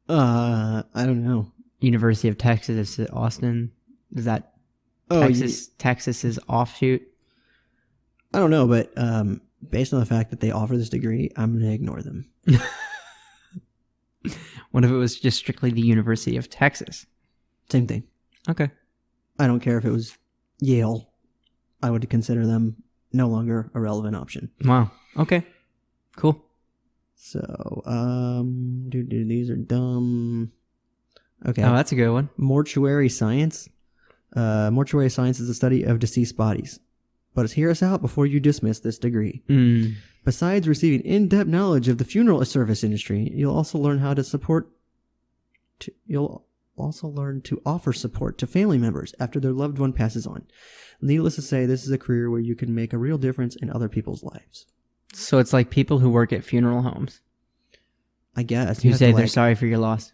[SPEAKER 2] Uh, I don't know.
[SPEAKER 1] University of Texas at Austin? Is that
[SPEAKER 2] Oh,
[SPEAKER 1] Texas? Texas's offshoot.
[SPEAKER 2] I don't know, but um, based on the fact that they offer this degree, I'm going to ignore them.
[SPEAKER 1] What if it was just strictly the University of Texas?
[SPEAKER 2] Same thing.
[SPEAKER 1] Okay.
[SPEAKER 2] I don't care if it was Yale. I would consider them no longer a relevant option.
[SPEAKER 1] Wow. Okay. Cool.
[SPEAKER 2] So, um, dude, dude, these are dumb. Okay.
[SPEAKER 1] Oh, that's a good one.
[SPEAKER 2] mortuary science. Uh, mortuary science is the study of deceased bodies. But hear us out before you dismiss this degree.
[SPEAKER 1] Mm.
[SPEAKER 2] Besides receiving in-depth knowledge of the funeral service industry, you'll also learn how to support. To, you'll also learn to offer support to family members after their loved one passes on. Needless to say, this is a career where you can make a real difference in other people's lives.
[SPEAKER 1] So it's like people who work at funeral homes
[SPEAKER 2] I guess
[SPEAKER 1] who
[SPEAKER 2] have
[SPEAKER 1] say
[SPEAKER 2] to,
[SPEAKER 1] they're
[SPEAKER 2] like-
[SPEAKER 1] sorry for your loss.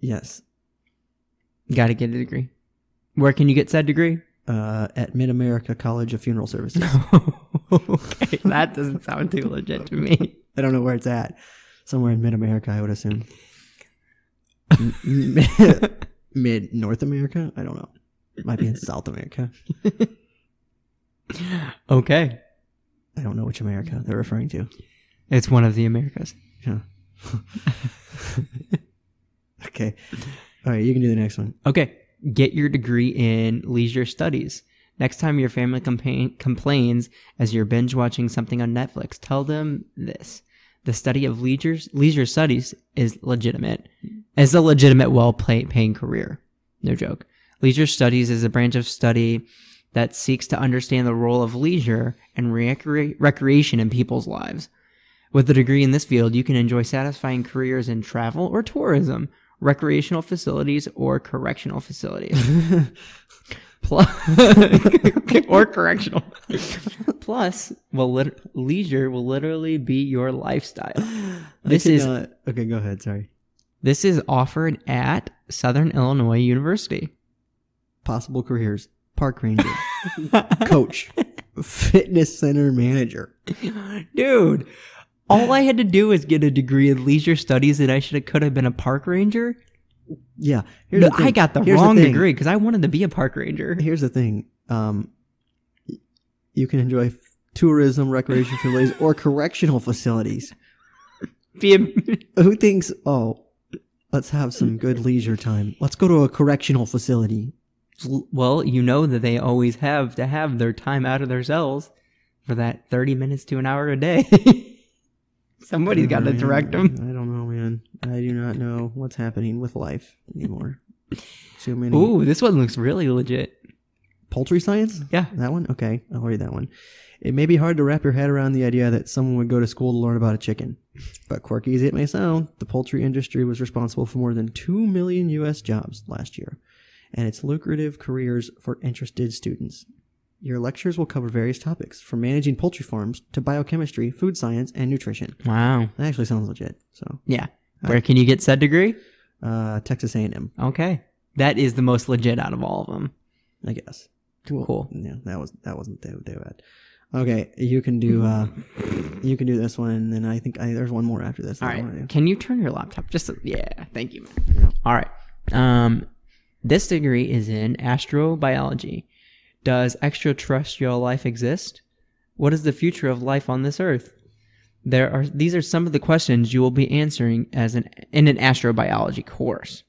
[SPEAKER 2] Yes,
[SPEAKER 1] Got to get a degree. Where can you get said degree?
[SPEAKER 2] uh, at Mid America College of Funeral Services.
[SPEAKER 1] okay, that doesn't sound too legit to me.
[SPEAKER 2] I don't know where it's at. Somewhere in Mid America, I would assume. M- Mid North America? I don't know. It might be in South America.
[SPEAKER 1] Okay,
[SPEAKER 2] I don't know which America they're referring to.
[SPEAKER 1] it's one of the Americas.
[SPEAKER 2] Yeah. okay. All right, you can do the next one.
[SPEAKER 1] Okay, get your degree in leisure studies. Next time your family compa- complains as you're binge watching something on Netflix, tell them this: the study of leisure leisure studies is legitimate, is a legitimate, well-paying career. No joke. Leisure studies is a branch of study that seeks to understand the role of leisure and recre- recreation in people's lives. With a degree in this field, you can enjoy satisfying careers in travel or tourism, recreational facilities or correctional facilities. Plus, or correctional. Plus, will lit- leisure will literally be your lifestyle. This
[SPEAKER 2] I could
[SPEAKER 1] is-
[SPEAKER 2] not- okay. Go ahead. Sorry.
[SPEAKER 1] This is offered at Southern Illinois University.
[SPEAKER 2] Possible careers: park ranger, coach, fitness center manager.
[SPEAKER 1] Dude, all I had to do was get a degree in leisure studies and I should have could have been a park ranger.
[SPEAKER 2] Yeah.
[SPEAKER 1] No,
[SPEAKER 2] the
[SPEAKER 1] I
[SPEAKER 2] thing.
[SPEAKER 1] got the
[SPEAKER 2] Here's
[SPEAKER 1] wrong
[SPEAKER 2] thing.
[SPEAKER 1] degree because I wanted to be a park ranger.
[SPEAKER 2] Here's the thing. Um, y- you can enjoy f- tourism, recreation facilities, or correctional facilities.
[SPEAKER 1] Be a-
[SPEAKER 2] Who thinks, oh, let's have some good leisure time? Let's go to a correctional facility.
[SPEAKER 1] well, you know that they always have to have their time out of their cells for that 30 minutes to an hour a day. Somebody's got to
[SPEAKER 2] Man,
[SPEAKER 1] direct them.
[SPEAKER 2] I don't know, man. I do not know what's happening with life anymore. Too many
[SPEAKER 1] Ooh, this one looks really legit.
[SPEAKER 2] poultry science.
[SPEAKER 1] Yeah.
[SPEAKER 2] That one? Okay, I'll read that one. It may be hard to wrap your head around the idea that someone would go to school to learn about a chicken. But quirky as it may sound, the poultry industry was responsible for more than 2 million U.S. jobs last year, and its lucrative careers for interested students. Your lectures will cover various topics, from managing poultry farms to biochemistry, food science, and nutrition.
[SPEAKER 1] Wow.
[SPEAKER 2] That actually sounds legit. So,
[SPEAKER 1] Yeah. Where can you get said degree?
[SPEAKER 2] uh, Texas A&M,
[SPEAKER 1] Okay. That is the most legit out of all of them.
[SPEAKER 2] I guess.
[SPEAKER 1] Cool.
[SPEAKER 2] Yeah, that was that wasn't too too bad. Okay, you can do uh, you can do this one, and then I think I, there's one more after this. that
[SPEAKER 1] All
[SPEAKER 2] I wanna
[SPEAKER 1] right.
[SPEAKER 2] do.
[SPEAKER 1] Can you turn your laptop? Just a, yeah. Thank you. man.
[SPEAKER 2] Yeah.
[SPEAKER 1] All right. Um, this degree is in astrobiology. Does extraterrestrial life exist? What is the future of life on this Earth? There are these are some of the questions you will be answering as an in an astrobiology course.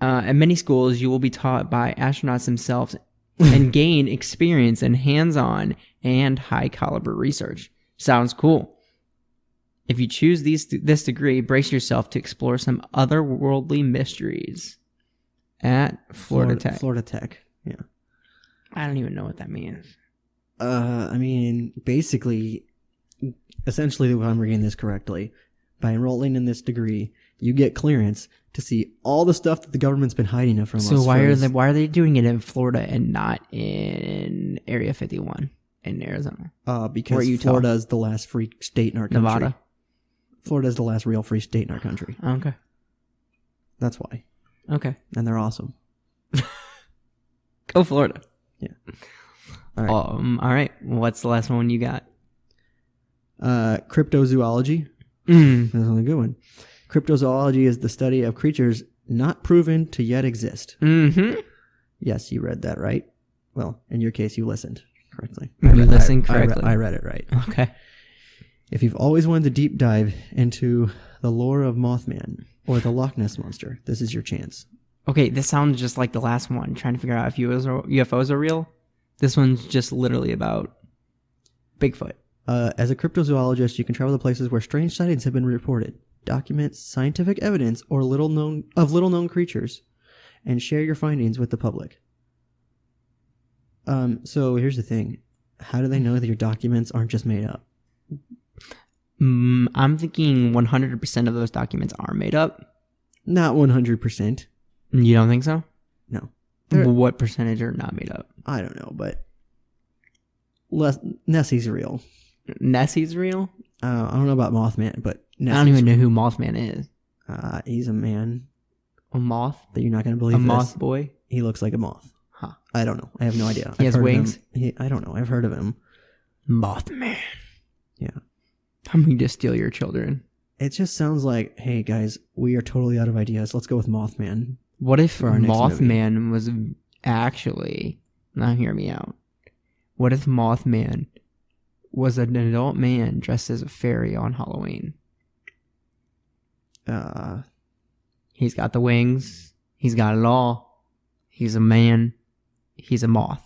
[SPEAKER 1] Uh, at many schools, you will be taught by astronauts themselves and gain experience in hands-on and high-caliber research. Sounds cool. If you choose these this degree, brace yourself to explore some otherworldly mysteries at Florida, Tech.
[SPEAKER 2] Florida Tech. Yeah.
[SPEAKER 1] I don't even know what that means.
[SPEAKER 2] Uh, I mean, basically, essentially, if I'm reading this correctly, by enrolling in this degree, you get clearance to see all the stuff that the government's been hiding from us.
[SPEAKER 1] So why
[SPEAKER 2] for
[SPEAKER 1] are
[SPEAKER 2] this-
[SPEAKER 1] they why are they doing it in Florida and not in Area 51 in Arizona,
[SPEAKER 2] Uh, because
[SPEAKER 1] Or Utah.
[SPEAKER 2] Florida is the last free state in our country.
[SPEAKER 1] Nevada?
[SPEAKER 2] Florida is the last real free state in our country.
[SPEAKER 1] Okay,
[SPEAKER 2] That's why.
[SPEAKER 1] okay,
[SPEAKER 2] And they're awesome.
[SPEAKER 1] go Florida.
[SPEAKER 2] Yeah.
[SPEAKER 1] All
[SPEAKER 2] All
[SPEAKER 1] right.
[SPEAKER 2] right.
[SPEAKER 1] Um, all right. What's the last one you got?
[SPEAKER 2] Uh, cryptozoology.
[SPEAKER 1] Mm.
[SPEAKER 2] That's another good one. Cryptozoology is the study of creatures not proven to yet exist.
[SPEAKER 1] Hmm.
[SPEAKER 2] Yes, you read that right. Well, in your case, you listened correctly.
[SPEAKER 1] You
[SPEAKER 2] I read- I-
[SPEAKER 1] listened
[SPEAKER 2] I read-
[SPEAKER 1] correctly.
[SPEAKER 2] I read it right.
[SPEAKER 1] Okay.
[SPEAKER 2] If you've always wanted to deep dive into the lore of Mothman or the Loch Ness monster, this is your chance.
[SPEAKER 1] Okay. This sounds just like the last one. Trying to figure out if UFOs are, UFOs are real. This one's just literally about Bigfoot.
[SPEAKER 2] Uh, as a cryptozoologist, you can travel to places where strange sightings have been reported, document scientific evidence or little known of little known creatures, and share your findings with the public. Um, so here's the thing: how do they know that your documents aren't just made up?
[SPEAKER 1] Mm, I'm thinking 100% of those documents are made up.
[SPEAKER 2] Not 100 percent.
[SPEAKER 1] You don't think so?
[SPEAKER 2] No, They're-
[SPEAKER 1] what percentage are not made up?
[SPEAKER 2] I don't know, but Les- Nessie's real.
[SPEAKER 1] Nessie's real.
[SPEAKER 2] Uh, I don't know about Mothman, but Nessie's,
[SPEAKER 1] I don't even know who Mothman is.
[SPEAKER 2] Uh, he's a man
[SPEAKER 1] A moth?
[SPEAKER 2] that you're not going to
[SPEAKER 1] A
[SPEAKER 2] believe. this.
[SPEAKER 1] moth boy?
[SPEAKER 2] He looks like a moth.
[SPEAKER 1] Huh.
[SPEAKER 2] I don't know. I have no idea.
[SPEAKER 1] He has
[SPEAKER 2] heard of him.
[SPEAKER 1] wings?
[SPEAKER 2] He, I don't know. I've heard of him.
[SPEAKER 1] Mothman.
[SPEAKER 2] Yeah.
[SPEAKER 1] I'm going to steal your children.
[SPEAKER 2] It just sounds like, hey guys, we are totally out of ideas. Let's go with Mothman.
[SPEAKER 1] What if
[SPEAKER 2] For our next
[SPEAKER 1] Mothman was actually. Now, hear me out. What if Mothman was an adult man dressed as a fairy on Halloween?
[SPEAKER 2] Uh,
[SPEAKER 1] He's got the wings. He's got it all. He's a man. He's a moth.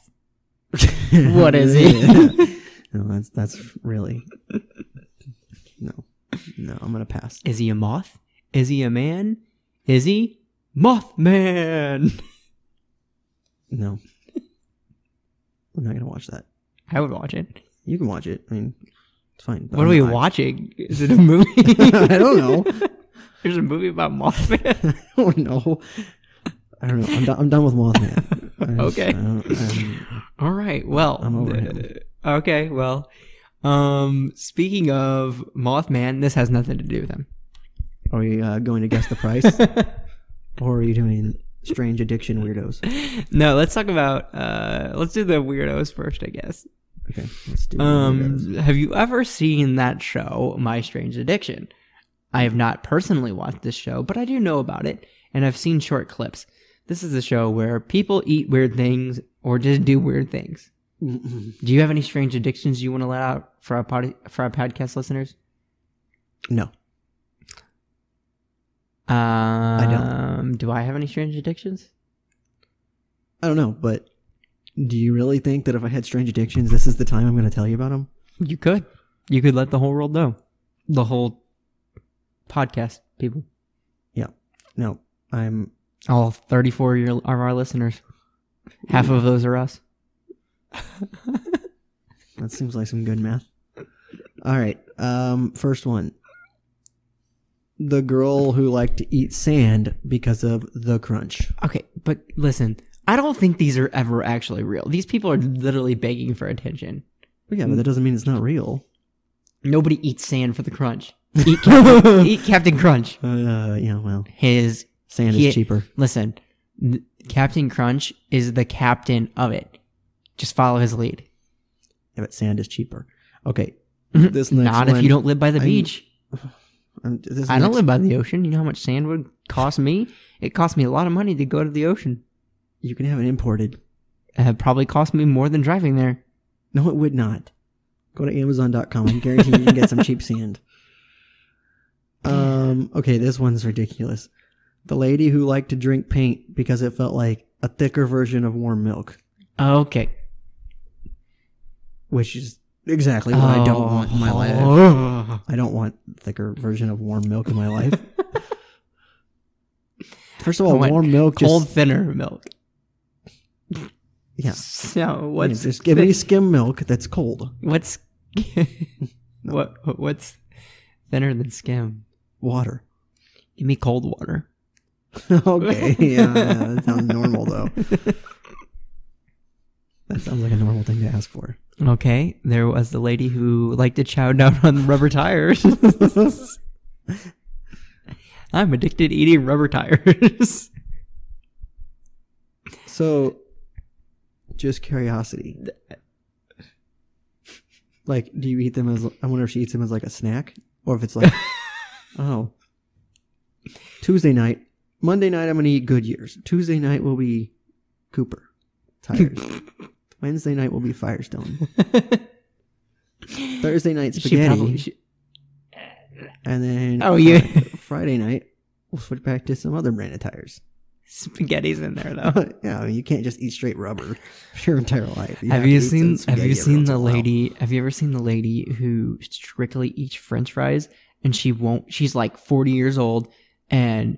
[SPEAKER 1] What is he?
[SPEAKER 2] no, that's that's really no, no. I'm gonna pass.
[SPEAKER 1] Is he a moth? Is he a man? Is he Mothman?
[SPEAKER 2] No, I'm not gonna watch that.
[SPEAKER 1] I would watch it.
[SPEAKER 2] You can watch it. I mean, it's fine. but
[SPEAKER 1] What are
[SPEAKER 2] I'm
[SPEAKER 1] we
[SPEAKER 2] not-
[SPEAKER 1] watching? Is it a movie?
[SPEAKER 2] I don't know.
[SPEAKER 1] There's a movie about Mothman.
[SPEAKER 2] I don't know. I don't know. I'm, do- I'm done with Mothman. I just-
[SPEAKER 1] Okay.
[SPEAKER 2] I don't- I'm-
[SPEAKER 1] All right. Well,
[SPEAKER 2] I'm over
[SPEAKER 1] uh,
[SPEAKER 2] him.
[SPEAKER 1] Okay. Well, um, speaking of Mothman, this has nothing to do with him.
[SPEAKER 2] Are we uh, going to guess the price, or are you doing strange addiction weirdos?
[SPEAKER 1] no, let's talk about. Uh, let's do the weirdos first, I guess.
[SPEAKER 2] Okay, let's do weirdos.
[SPEAKER 1] Um, have you ever seen that show, My Strange Addiction? I have not personally watched this show, but I do know about it, and I've seen short clips. This is a show where people eat weird things or just do weird things.
[SPEAKER 2] Mm-mm.
[SPEAKER 1] Do you have any strange addictions you want to let out for our pod- for our podcast listeners?
[SPEAKER 2] No,
[SPEAKER 1] Um,
[SPEAKER 2] don't.
[SPEAKER 1] Do I have any strange addictions?
[SPEAKER 2] I don't know. But do you really think that if I had strange addictions, this is the time I'm going to tell you about them?
[SPEAKER 1] You could. You could let the whole world know. The whole podcast people.
[SPEAKER 2] No, I'm.
[SPEAKER 1] All 34 year- of our listeners. Half of those are us.
[SPEAKER 2] That seems like some good math. All right. Um, first one. The girl who liked to eat sand because of the crunch.
[SPEAKER 1] Okay, but listen, I don't think these are ever actually real. These people are literally begging for attention.
[SPEAKER 2] But yeah, but that doesn't mean it's not real.
[SPEAKER 1] Nobody eats sand for the crunch. Eat Captain, eat Captain Crunch.
[SPEAKER 2] Uh, yeah, well,
[SPEAKER 1] His
[SPEAKER 2] sand
[SPEAKER 1] Yeah.
[SPEAKER 2] is cheaper.
[SPEAKER 1] listen, n- Captain Crunch is the captain of it. Just follow his lead.
[SPEAKER 2] Yeah, but sand is cheaper. Okay, this next
[SPEAKER 1] Not if
[SPEAKER 2] one-
[SPEAKER 1] you don't live by the
[SPEAKER 2] I'm-
[SPEAKER 1] beach.
[SPEAKER 2] Um, this
[SPEAKER 1] I don't
[SPEAKER 2] next-
[SPEAKER 1] live by the ocean. You know how much sand would cost me? It cost me a lot of money to go to the ocean.
[SPEAKER 2] You can have it imported.
[SPEAKER 1] It had probably cost me more than driving there.
[SPEAKER 2] No, it would not. Go to Amazon.com. I guarantee you can get some cheap sand. Um. Okay, this one's ridiculous. The lady who liked to drink paint because it felt like a thicker version of warm milk,
[SPEAKER 1] Okay.
[SPEAKER 2] which is exactly what I don't
[SPEAKER 1] Oh.
[SPEAKER 2] want in my life.
[SPEAKER 1] Ugh.
[SPEAKER 2] I don't want thicker version of warm milk in my life. First of
[SPEAKER 1] I
[SPEAKER 2] all,
[SPEAKER 1] want
[SPEAKER 2] warm milk just
[SPEAKER 1] Cold thinner milk.
[SPEAKER 2] yeah.
[SPEAKER 1] So
[SPEAKER 2] Yeah,
[SPEAKER 1] what's
[SPEAKER 2] just give me skim milk that's cold.
[SPEAKER 1] what's what what's thinner than skim?
[SPEAKER 2] Water.
[SPEAKER 1] Give me cold water.
[SPEAKER 2] okay, yeah, yeah, that sounds normal though. That sounds like a normal thing to ask for.
[SPEAKER 1] Okay, there was the lady who liked to chow down on rubber tires. I'm addicted to eating rubber tires.
[SPEAKER 2] So, just curiosity. Like, do you eat them as? I wonder if she eats them as like a snack, or if it's like, oh, Tuesday night, Monday night I'm gonna eat Goodyears. Tuesday night will be Cooper tires. Wednesday night will be Firestone. Thursday night spaghetti,
[SPEAKER 1] she-
[SPEAKER 2] and then uh,
[SPEAKER 1] oh yeah,
[SPEAKER 2] Friday night we'll switch back to some other brand of tires.
[SPEAKER 1] spaghetti's in there though.
[SPEAKER 2] yeah, I mean, you can't just eat straight rubber your entire life.
[SPEAKER 1] have
[SPEAKER 2] to
[SPEAKER 1] you
[SPEAKER 2] eat some
[SPEAKER 1] seen have
[SPEAKER 2] spaghetti
[SPEAKER 1] you
[SPEAKER 2] every
[SPEAKER 1] seen
[SPEAKER 2] once
[SPEAKER 1] the
[SPEAKER 2] in a while.
[SPEAKER 1] lady have you ever seen the lady who strictly eats french fries and she won't she's like 40 years old and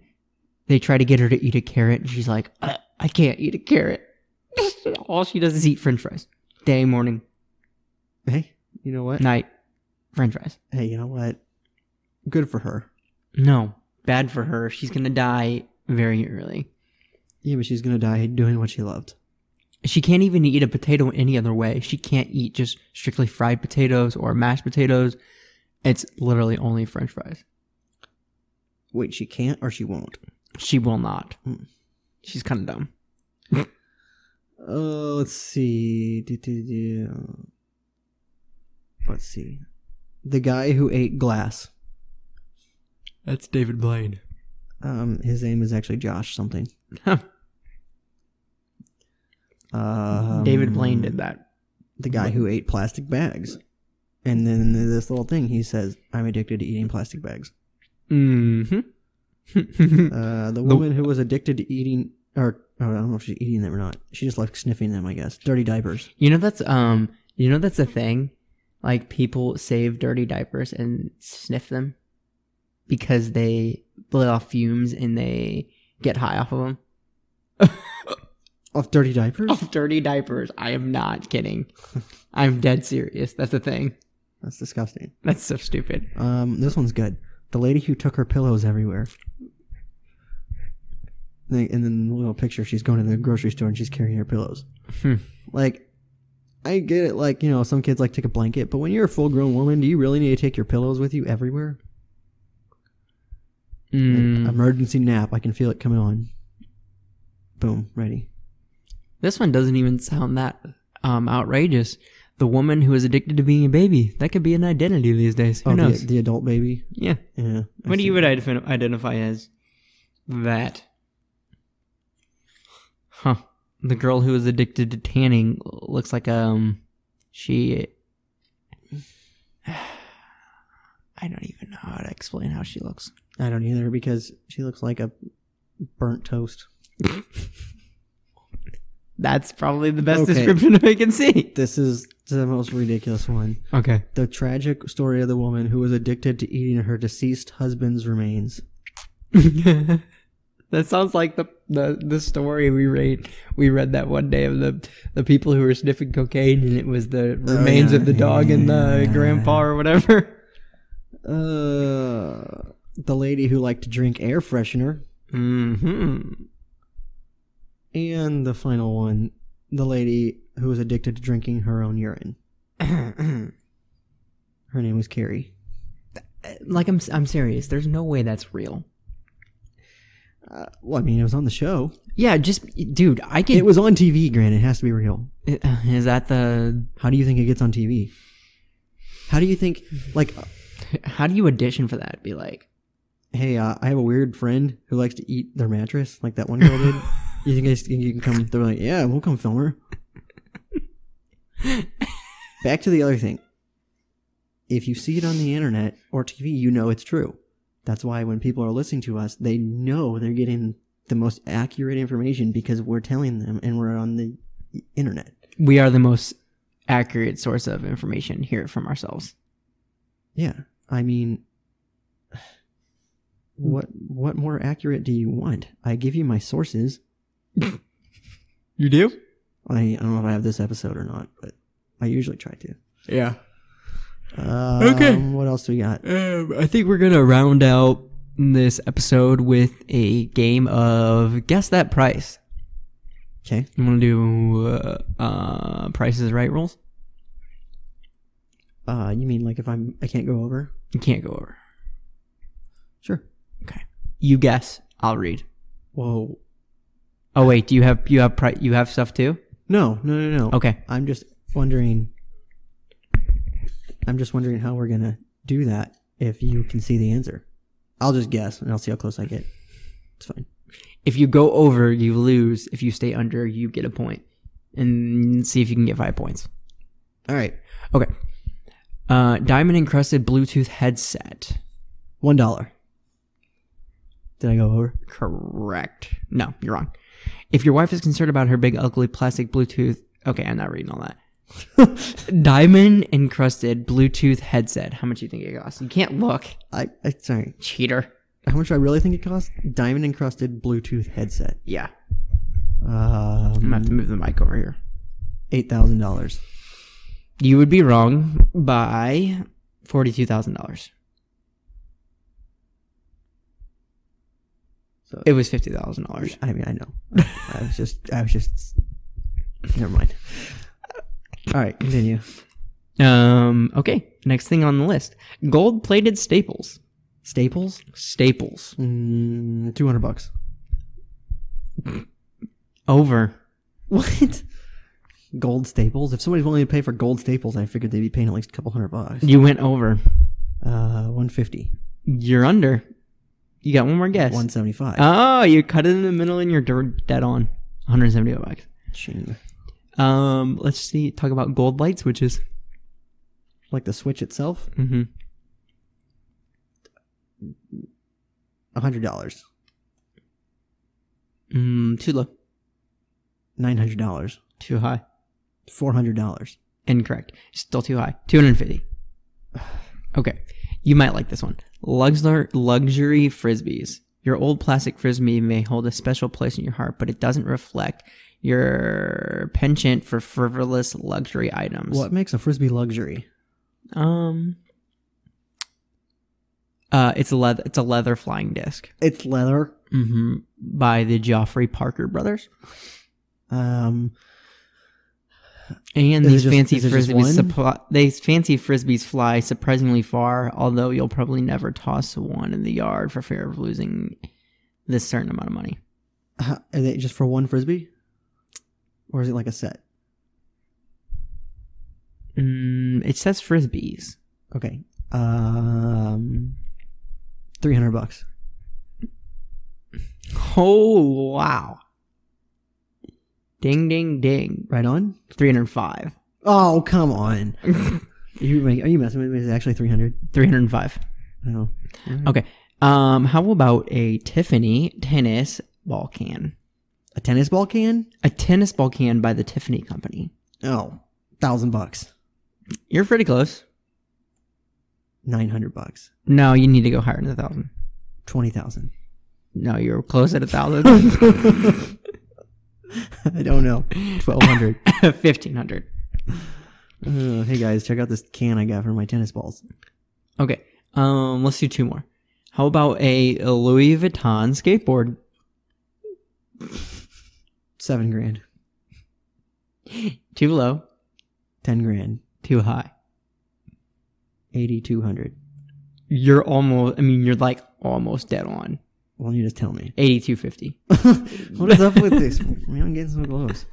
[SPEAKER 1] they try to get her to eat a carrot and she's like i, I can't eat a carrot all she does is eat french fries day morning
[SPEAKER 2] Hey, you know what?
[SPEAKER 1] night french fries
[SPEAKER 2] Hey, you know what? Good for her.
[SPEAKER 1] no bad for her she's gonna die very early
[SPEAKER 2] Yeah, but she's gonna die doing what she loved.
[SPEAKER 1] she can't even eat a potato any other way. She can't eat just strictly fried potatoes or mashed potatoes. It's literally only french fries.
[SPEAKER 2] Wait, she can't or she won't.
[SPEAKER 1] She will not.
[SPEAKER 2] Hmm.
[SPEAKER 1] She's kind of dumb.
[SPEAKER 2] Oh, let's see. Do, do, do. Let's see. The guy who ate glass.
[SPEAKER 1] That's David Blaine.
[SPEAKER 2] Um, his name is actually Josh something.
[SPEAKER 1] Huh.
[SPEAKER 2] Um,
[SPEAKER 1] David Blaine did that.
[SPEAKER 2] The guy who ate plastic bags. And then this little thing, he says, "I'm addicted to eating plastic bags."
[SPEAKER 1] Mm-hmm.
[SPEAKER 2] Uh, the
[SPEAKER 1] The-
[SPEAKER 2] woman who was addicted to eating, or oh, I don't know if she's eating them or not. She just liked sniffing them, I guess. Dirty diapers.
[SPEAKER 1] you know that's um. You know that's a thing. Like people save dirty diapers and sniff them because they let off fumes and they get high off of them.
[SPEAKER 2] Off dirty diapers?
[SPEAKER 1] Off dirty diapers. I am not kidding. I'm dead serious. That's a thing.
[SPEAKER 2] That's disgusting.
[SPEAKER 1] That's so stupid.
[SPEAKER 2] Um, this one's good. The lady who took her pillows everywhere. They- And then the little picture, she's going to the grocery store and she's carrying her pillows.
[SPEAKER 1] Hmm.
[SPEAKER 2] Like, I get it. Like, you know, some kids like take a blanket, but when you're a full grown woman, do you really need to take your pillows with you everywhere? Like,
[SPEAKER 1] Mm.
[SPEAKER 2] Emergency nap. I can feel it coming on. Boom. Ready.
[SPEAKER 1] This one doesn't even sound that um, outrageous. The woman who is addicted to being a baby. That could be an identity these days. Who
[SPEAKER 2] oh, the,
[SPEAKER 1] knows?
[SPEAKER 2] the adult baby.
[SPEAKER 1] yeah.
[SPEAKER 2] Yeah. I
[SPEAKER 1] What do
[SPEAKER 2] see.
[SPEAKER 1] you would ident- identify as? That. Huh. The girl who is addicted to tanning looks like, um, she. I don't even know how to explain how she looks.
[SPEAKER 2] I don't either because she looks like a burnt toast.
[SPEAKER 1] That's probably the best
[SPEAKER 2] Okay.
[SPEAKER 1] description I can see.
[SPEAKER 2] This is the most ridiculous one.
[SPEAKER 1] Okay.
[SPEAKER 2] The tragic story of the woman who was addicted to eating her deceased husband's remains.
[SPEAKER 1] that sounds like the, the the story we read we read that one day of the the people who were sniffing cocaine and it was the remains
[SPEAKER 2] yeah,
[SPEAKER 1] of the dog and the
[SPEAKER 2] yeah.
[SPEAKER 1] grandpa or whatever.
[SPEAKER 2] Uh, the lady who liked to drink air freshener.
[SPEAKER 1] hmm
[SPEAKER 2] And the final one, the lady who was addicted to drinking her own urine. Her name was Carrie.
[SPEAKER 1] like I'm I'm serious. There's no way that's real.
[SPEAKER 2] Uh, well, I mean, it was on the show.
[SPEAKER 1] Yeah, just dude, I could.
[SPEAKER 2] It was on TV, granted. It has to be real.
[SPEAKER 1] is that the
[SPEAKER 2] How do you think it gets on TV? How do you think, like,
[SPEAKER 1] how do you audition for that? Be like,
[SPEAKER 2] hey, uh, I have a weird friend who likes to eat their mattress, like that one girl did. You think I think you can come? They're like, yeah, we'll come film her. Back to the other thing. If you see it on the internet or TV, you know it's true. That's why when people are listening to us, they know they're getting the most accurate information because we're telling them and we're on the internet.
[SPEAKER 1] we are the most accurate source of information, hear it from ourselves.
[SPEAKER 2] Yeah, I mean, what what more accurate do you want? I give you my sources.
[SPEAKER 1] You do?
[SPEAKER 2] I, I don't know if I have this episode or not, but I usually try to.
[SPEAKER 1] Yeah.
[SPEAKER 2] Um,
[SPEAKER 1] Okay.
[SPEAKER 2] What else we got?
[SPEAKER 1] Um, I think we're gonna round out this episode with a game of guess that price.
[SPEAKER 2] Okay.
[SPEAKER 1] You want to do uh, uh, prices right rules?
[SPEAKER 2] Uh, you mean like if I'm I can't go over?
[SPEAKER 1] You can't go over.
[SPEAKER 2] Sure.
[SPEAKER 1] You guess. I'll read.
[SPEAKER 2] Whoa.
[SPEAKER 1] Oh wait, do you have you have pri- you have stuff too?
[SPEAKER 2] No, no, no, no.
[SPEAKER 1] Okay.
[SPEAKER 2] I'm just wondering. I'm just wondering how we're gonna do that if you can see the answer. I'll just guess and I'll see how close I get. It's fine.
[SPEAKER 1] If you go over, you lose. If you stay under, you get a point, and see if you can get five points.
[SPEAKER 2] All right.
[SPEAKER 1] Okay. Uh, diamond encrusted Bluetooth headset.
[SPEAKER 2] One dollar. Did I go over?
[SPEAKER 1] Correct. No, you're wrong. If your wife is concerned about her big ugly plastic Bluetooth, okay, I'm not reading all that. Diamond encrusted Bluetooth headset. How much do you think it costs? You can't look,
[SPEAKER 2] I, I sorry.
[SPEAKER 1] cheater.
[SPEAKER 2] How much do I really think it costs? Diamond encrusted Bluetooth headset.
[SPEAKER 1] Yeah, I'm gonna have
[SPEAKER 2] Um,
[SPEAKER 1] to move the mic over here.
[SPEAKER 2] eight thousand dollars.
[SPEAKER 1] You would be wrong by forty-two thousand dollars.
[SPEAKER 2] So-
[SPEAKER 1] It was fifty thousand dollars.
[SPEAKER 2] I mean, I know. I, I was just, I was just. Never mind. All right, continue.
[SPEAKER 1] Um. Okay. Next thing on the list: gold-plated staples.
[SPEAKER 2] Staples,
[SPEAKER 1] Staples
[SPEAKER 2] mm, two hundred bucks.
[SPEAKER 1] over.
[SPEAKER 2] What? Gold staples. If somebody's willing to pay for gold staples, I figured they'd be paying at least a couple hundred bucks.
[SPEAKER 1] You went over.
[SPEAKER 2] Uh, one fifty.
[SPEAKER 1] You're under. You got one more guess.
[SPEAKER 2] One seventy five.
[SPEAKER 1] Oh, you cut it in the middle and you're der- dead on. 170 bucks. Um, let's see. Talk about gold light switches.
[SPEAKER 2] Like the switch itself,
[SPEAKER 1] Mm-hmm.
[SPEAKER 2] hundred dollars.
[SPEAKER 1] Mm, too low.
[SPEAKER 2] Nine hundred dollars.
[SPEAKER 1] Too high.
[SPEAKER 2] Four hundred dollars.
[SPEAKER 1] Incorrect. Still too high. 250. Okay. You might like this one. Luxur- luxury frisbees. Your old plastic frisbee may hold a special place in your heart, but it doesn't reflect your penchant for frivolous luxury items.
[SPEAKER 2] What makes a frisbee luxury?
[SPEAKER 1] Um. Uh, it's a leather. It's a leather flying disc.
[SPEAKER 2] It's leather.
[SPEAKER 1] Mm-hmm. By the Joffrey Parker brothers.
[SPEAKER 2] Um,
[SPEAKER 1] And
[SPEAKER 2] Is it
[SPEAKER 1] these
[SPEAKER 2] just-
[SPEAKER 1] fancy
[SPEAKER 2] is it just
[SPEAKER 1] frisbees,
[SPEAKER 2] one?
[SPEAKER 1] supply, they fancy frisbees fly surprisingly far. Although you'll probably never toss one in the yard for fear of losing this certain amount of money.
[SPEAKER 2] How, are they just for one frisbee, or is it like a set?
[SPEAKER 1] Mm, it says frisbees.
[SPEAKER 2] Okay, um, three hundred bucks.
[SPEAKER 1] Oh wow! Ding ding ding!
[SPEAKER 2] Right on.
[SPEAKER 1] Three hundred five.
[SPEAKER 2] Oh come on. Are you make, are you messing with me? Is it actually three hundred?
[SPEAKER 1] Three hundred five.
[SPEAKER 2] No.
[SPEAKER 1] Okay. Um, how about a Tiffany tennis ball can?
[SPEAKER 2] A tennis ball can?
[SPEAKER 1] A tennis ball can by the Tiffany Company.
[SPEAKER 2] Oh, thousand bucks.
[SPEAKER 1] You're pretty close.
[SPEAKER 2] Nine hundred bucks.
[SPEAKER 1] No, you need to go higher than a thousand.
[SPEAKER 2] Twenty thousand.
[SPEAKER 1] No, you're close at a thousand.
[SPEAKER 2] I don't know. Twelve hundred.
[SPEAKER 1] Fifteen hundred.
[SPEAKER 2] uh, hey guys, check out this can I got for my tennis balls.
[SPEAKER 1] Okay. Um, let's do two more. How about a a Louis Vuitton skateboard?
[SPEAKER 2] Seven grand.
[SPEAKER 1] Too low,
[SPEAKER 2] Ten grand.
[SPEAKER 1] too high.
[SPEAKER 2] Eighty two hundred.
[SPEAKER 1] You're almost. I mean, you're like almost dead on.
[SPEAKER 2] Well, you just tell me.
[SPEAKER 1] Eighty-two fifty.
[SPEAKER 2] what is up with this? Man, I'm getting so close.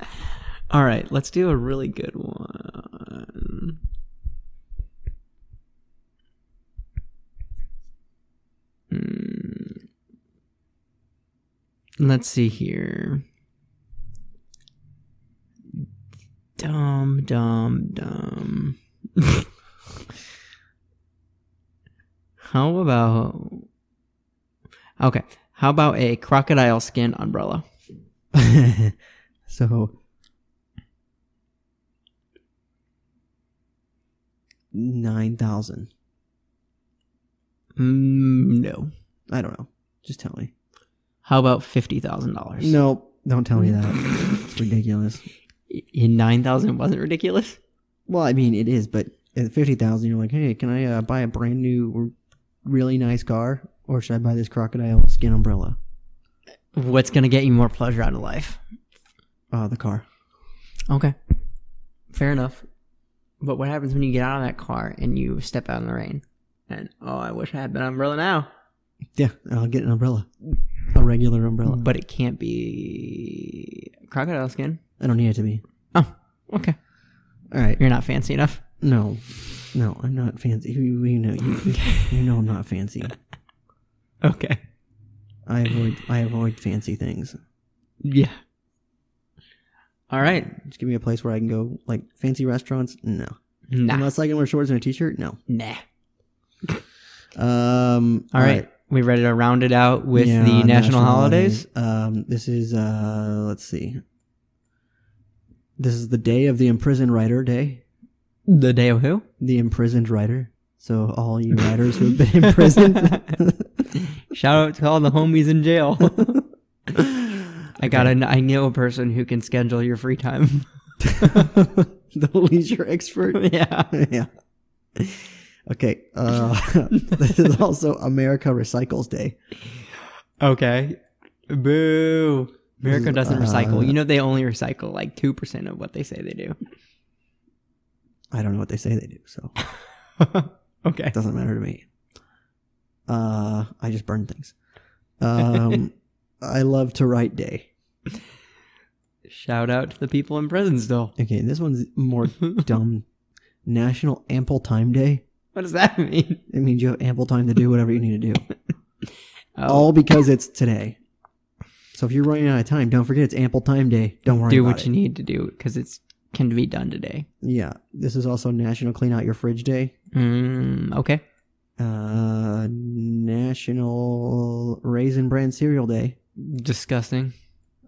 [SPEAKER 1] All right, let's do a really good one. Mm. Let's see here. Dumb, dumb, dumb. How about. Okay. How about a crocodile skin umbrella?
[SPEAKER 2] so, nine thousand.
[SPEAKER 1] Mm, no.
[SPEAKER 2] I don't know. Just tell me.
[SPEAKER 1] How about fifty thousand dollars?
[SPEAKER 2] No, don't tell me that. It's ridiculous.
[SPEAKER 1] In nine thousand wasn't ridiculous.
[SPEAKER 2] Well, I mean it is, but at fifty thousand, you're like, hey, can I uh, buy a brand new, really nice car, or should I buy this crocodile skin umbrella?
[SPEAKER 1] What's gonna get you more pleasure out of life?
[SPEAKER 2] Uh, the car.
[SPEAKER 1] Okay. Fair enough. But what happens when you get out of that car and you step out in the rain? And oh, I wish I had an umbrella now.
[SPEAKER 2] Yeah, I'll get an umbrella, a regular umbrella.
[SPEAKER 1] But it can't be crocodile skin.
[SPEAKER 2] I don't need it to be.
[SPEAKER 1] Oh, okay.
[SPEAKER 2] All right.
[SPEAKER 1] You're not fancy enough.
[SPEAKER 2] No, no, I'm not fancy. You, you know, you, you know, I'm not fancy.
[SPEAKER 1] Okay.
[SPEAKER 2] I avoid, I avoid fancy things.
[SPEAKER 1] Yeah. All right.
[SPEAKER 2] Just give me a place where I can go, like fancy restaurants. No,
[SPEAKER 1] Nah.
[SPEAKER 2] unless I can wear shorts and a t-shirt. No.
[SPEAKER 1] nah.
[SPEAKER 2] Um.
[SPEAKER 1] All right. We ready to round it out with
[SPEAKER 2] Yeah,
[SPEAKER 1] the national, holidays.
[SPEAKER 2] holidays. Um. This is uh. Let's see. This is the day of the imprisoned writer day.
[SPEAKER 1] The day of who?
[SPEAKER 2] The imprisoned writer. So all you writers who've been imprisoned.
[SPEAKER 1] Shout out to all the homies in jail. I got a, I know a person who can schedule your free time.
[SPEAKER 2] the leisure expert.
[SPEAKER 1] yeah.
[SPEAKER 2] yeah. Okay. Uh, this is also America Recycles Day.
[SPEAKER 1] Okay. Boo. America doesn't
[SPEAKER 2] uh,
[SPEAKER 1] recycle. You know they only recycle like two percent of what they say they do.
[SPEAKER 2] I don't know what they say they do, so it
[SPEAKER 1] okay.
[SPEAKER 2] doesn't matter to me. Uh, I just burn things. Um, I love to write day.
[SPEAKER 1] Shout out to the people in prison still.
[SPEAKER 2] Okay, this one's more
[SPEAKER 1] what
[SPEAKER 2] dumb. National Ample Time Day.
[SPEAKER 1] does that mean?
[SPEAKER 2] It means you have ample time to do whatever you need to do,
[SPEAKER 1] Oh,
[SPEAKER 2] all because it's today. So if you're running out of time, don't forget it's Ample Time Day. Don't worry
[SPEAKER 1] do
[SPEAKER 2] about
[SPEAKER 1] what
[SPEAKER 2] it.
[SPEAKER 1] you need to do because it's can be done today.
[SPEAKER 2] Yeah, this is also National Clean Out Your Fridge Day.
[SPEAKER 1] Mm, okay.
[SPEAKER 2] Uh, National Raisin Bran Cereal Day.
[SPEAKER 1] Disgusting.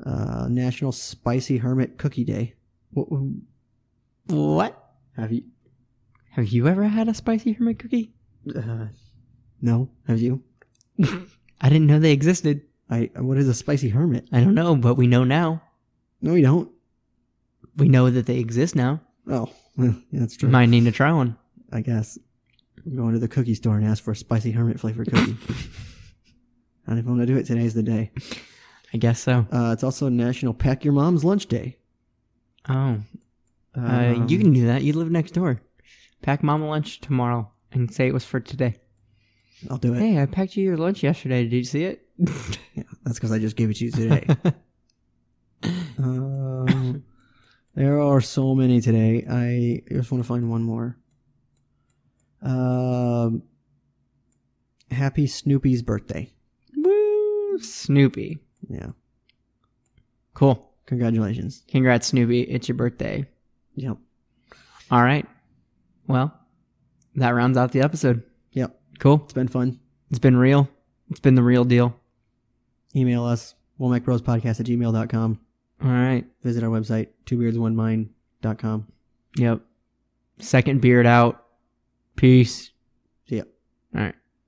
[SPEAKER 2] Uh, National Spicy Hermit Cookie Day. What,
[SPEAKER 1] What?
[SPEAKER 2] have you?
[SPEAKER 1] Have you ever had a spicy hermit cookie?
[SPEAKER 2] Uh, no, have you?
[SPEAKER 1] I didn't know they existed.
[SPEAKER 2] I. What is a spicy hermit?
[SPEAKER 1] I don't know, but we know now.
[SPEAKER 2] No, you don't.
[SPEAKER 1] We know that they exist now.
[SPEAKER 2] Oh, yeah, that's true.
[SPEAKER 1] Might need to try one.
[SPEAKER 2] I guess. I'm going to the cookie store and ask for a spicy hermit flavored cookie. and if I'm gonna do it, today's the day.
[SPEAKER 1] I guess so.
[SPEAKER 2] Uh, it's also National Pack Your Mom's Lunch Day.
[SPEAKER 1] Oh, uh,
[SPEAKER 2] Um,
[SPEAKER 1] you can do that. You live next door. Pack mama lunch tomorrow and say it was for today.
[SPEAKER 2] I'll do it.
[SPEAKER 1] Hey, I packed you your lunch yesterday. Did you see it?
[SPEAKER 2] Yeah, that's because I just gave it to you today. um, there are so many today. I just want to find one more. Um, happy Snoopy's birthday.
[SPEAKER 1] Woo! Snoopy.
[SPEAKER 2] Yeah,
[SPEAKER 1] Cool.
[SPEAKER 2] congratulations.
[SPEAKER 1] Congrats, Snoopy. It's your birthday.
[SPEAKER 2] Yep,
[SPEAKER 1] All right. Well, that rounds out the episode.
[SPEAKER 2] yep.
[SPEAKER 1] Cool.
[SPEAKER 2] It's been fun.
[SPEAKER 1] It's been real. It's been the real deal.
[SPEAKER 2] Email us, womackbrospodcast at gmail.com.
[SPEAKER 1] All right.
[SPEAKER 2] Visit our website, twobeardsonemine.com.
[SPEAKER 1] Yep. Second beard out. Peace.
[SPEAKER 2] See ya.
[SPEAKER 1] All right.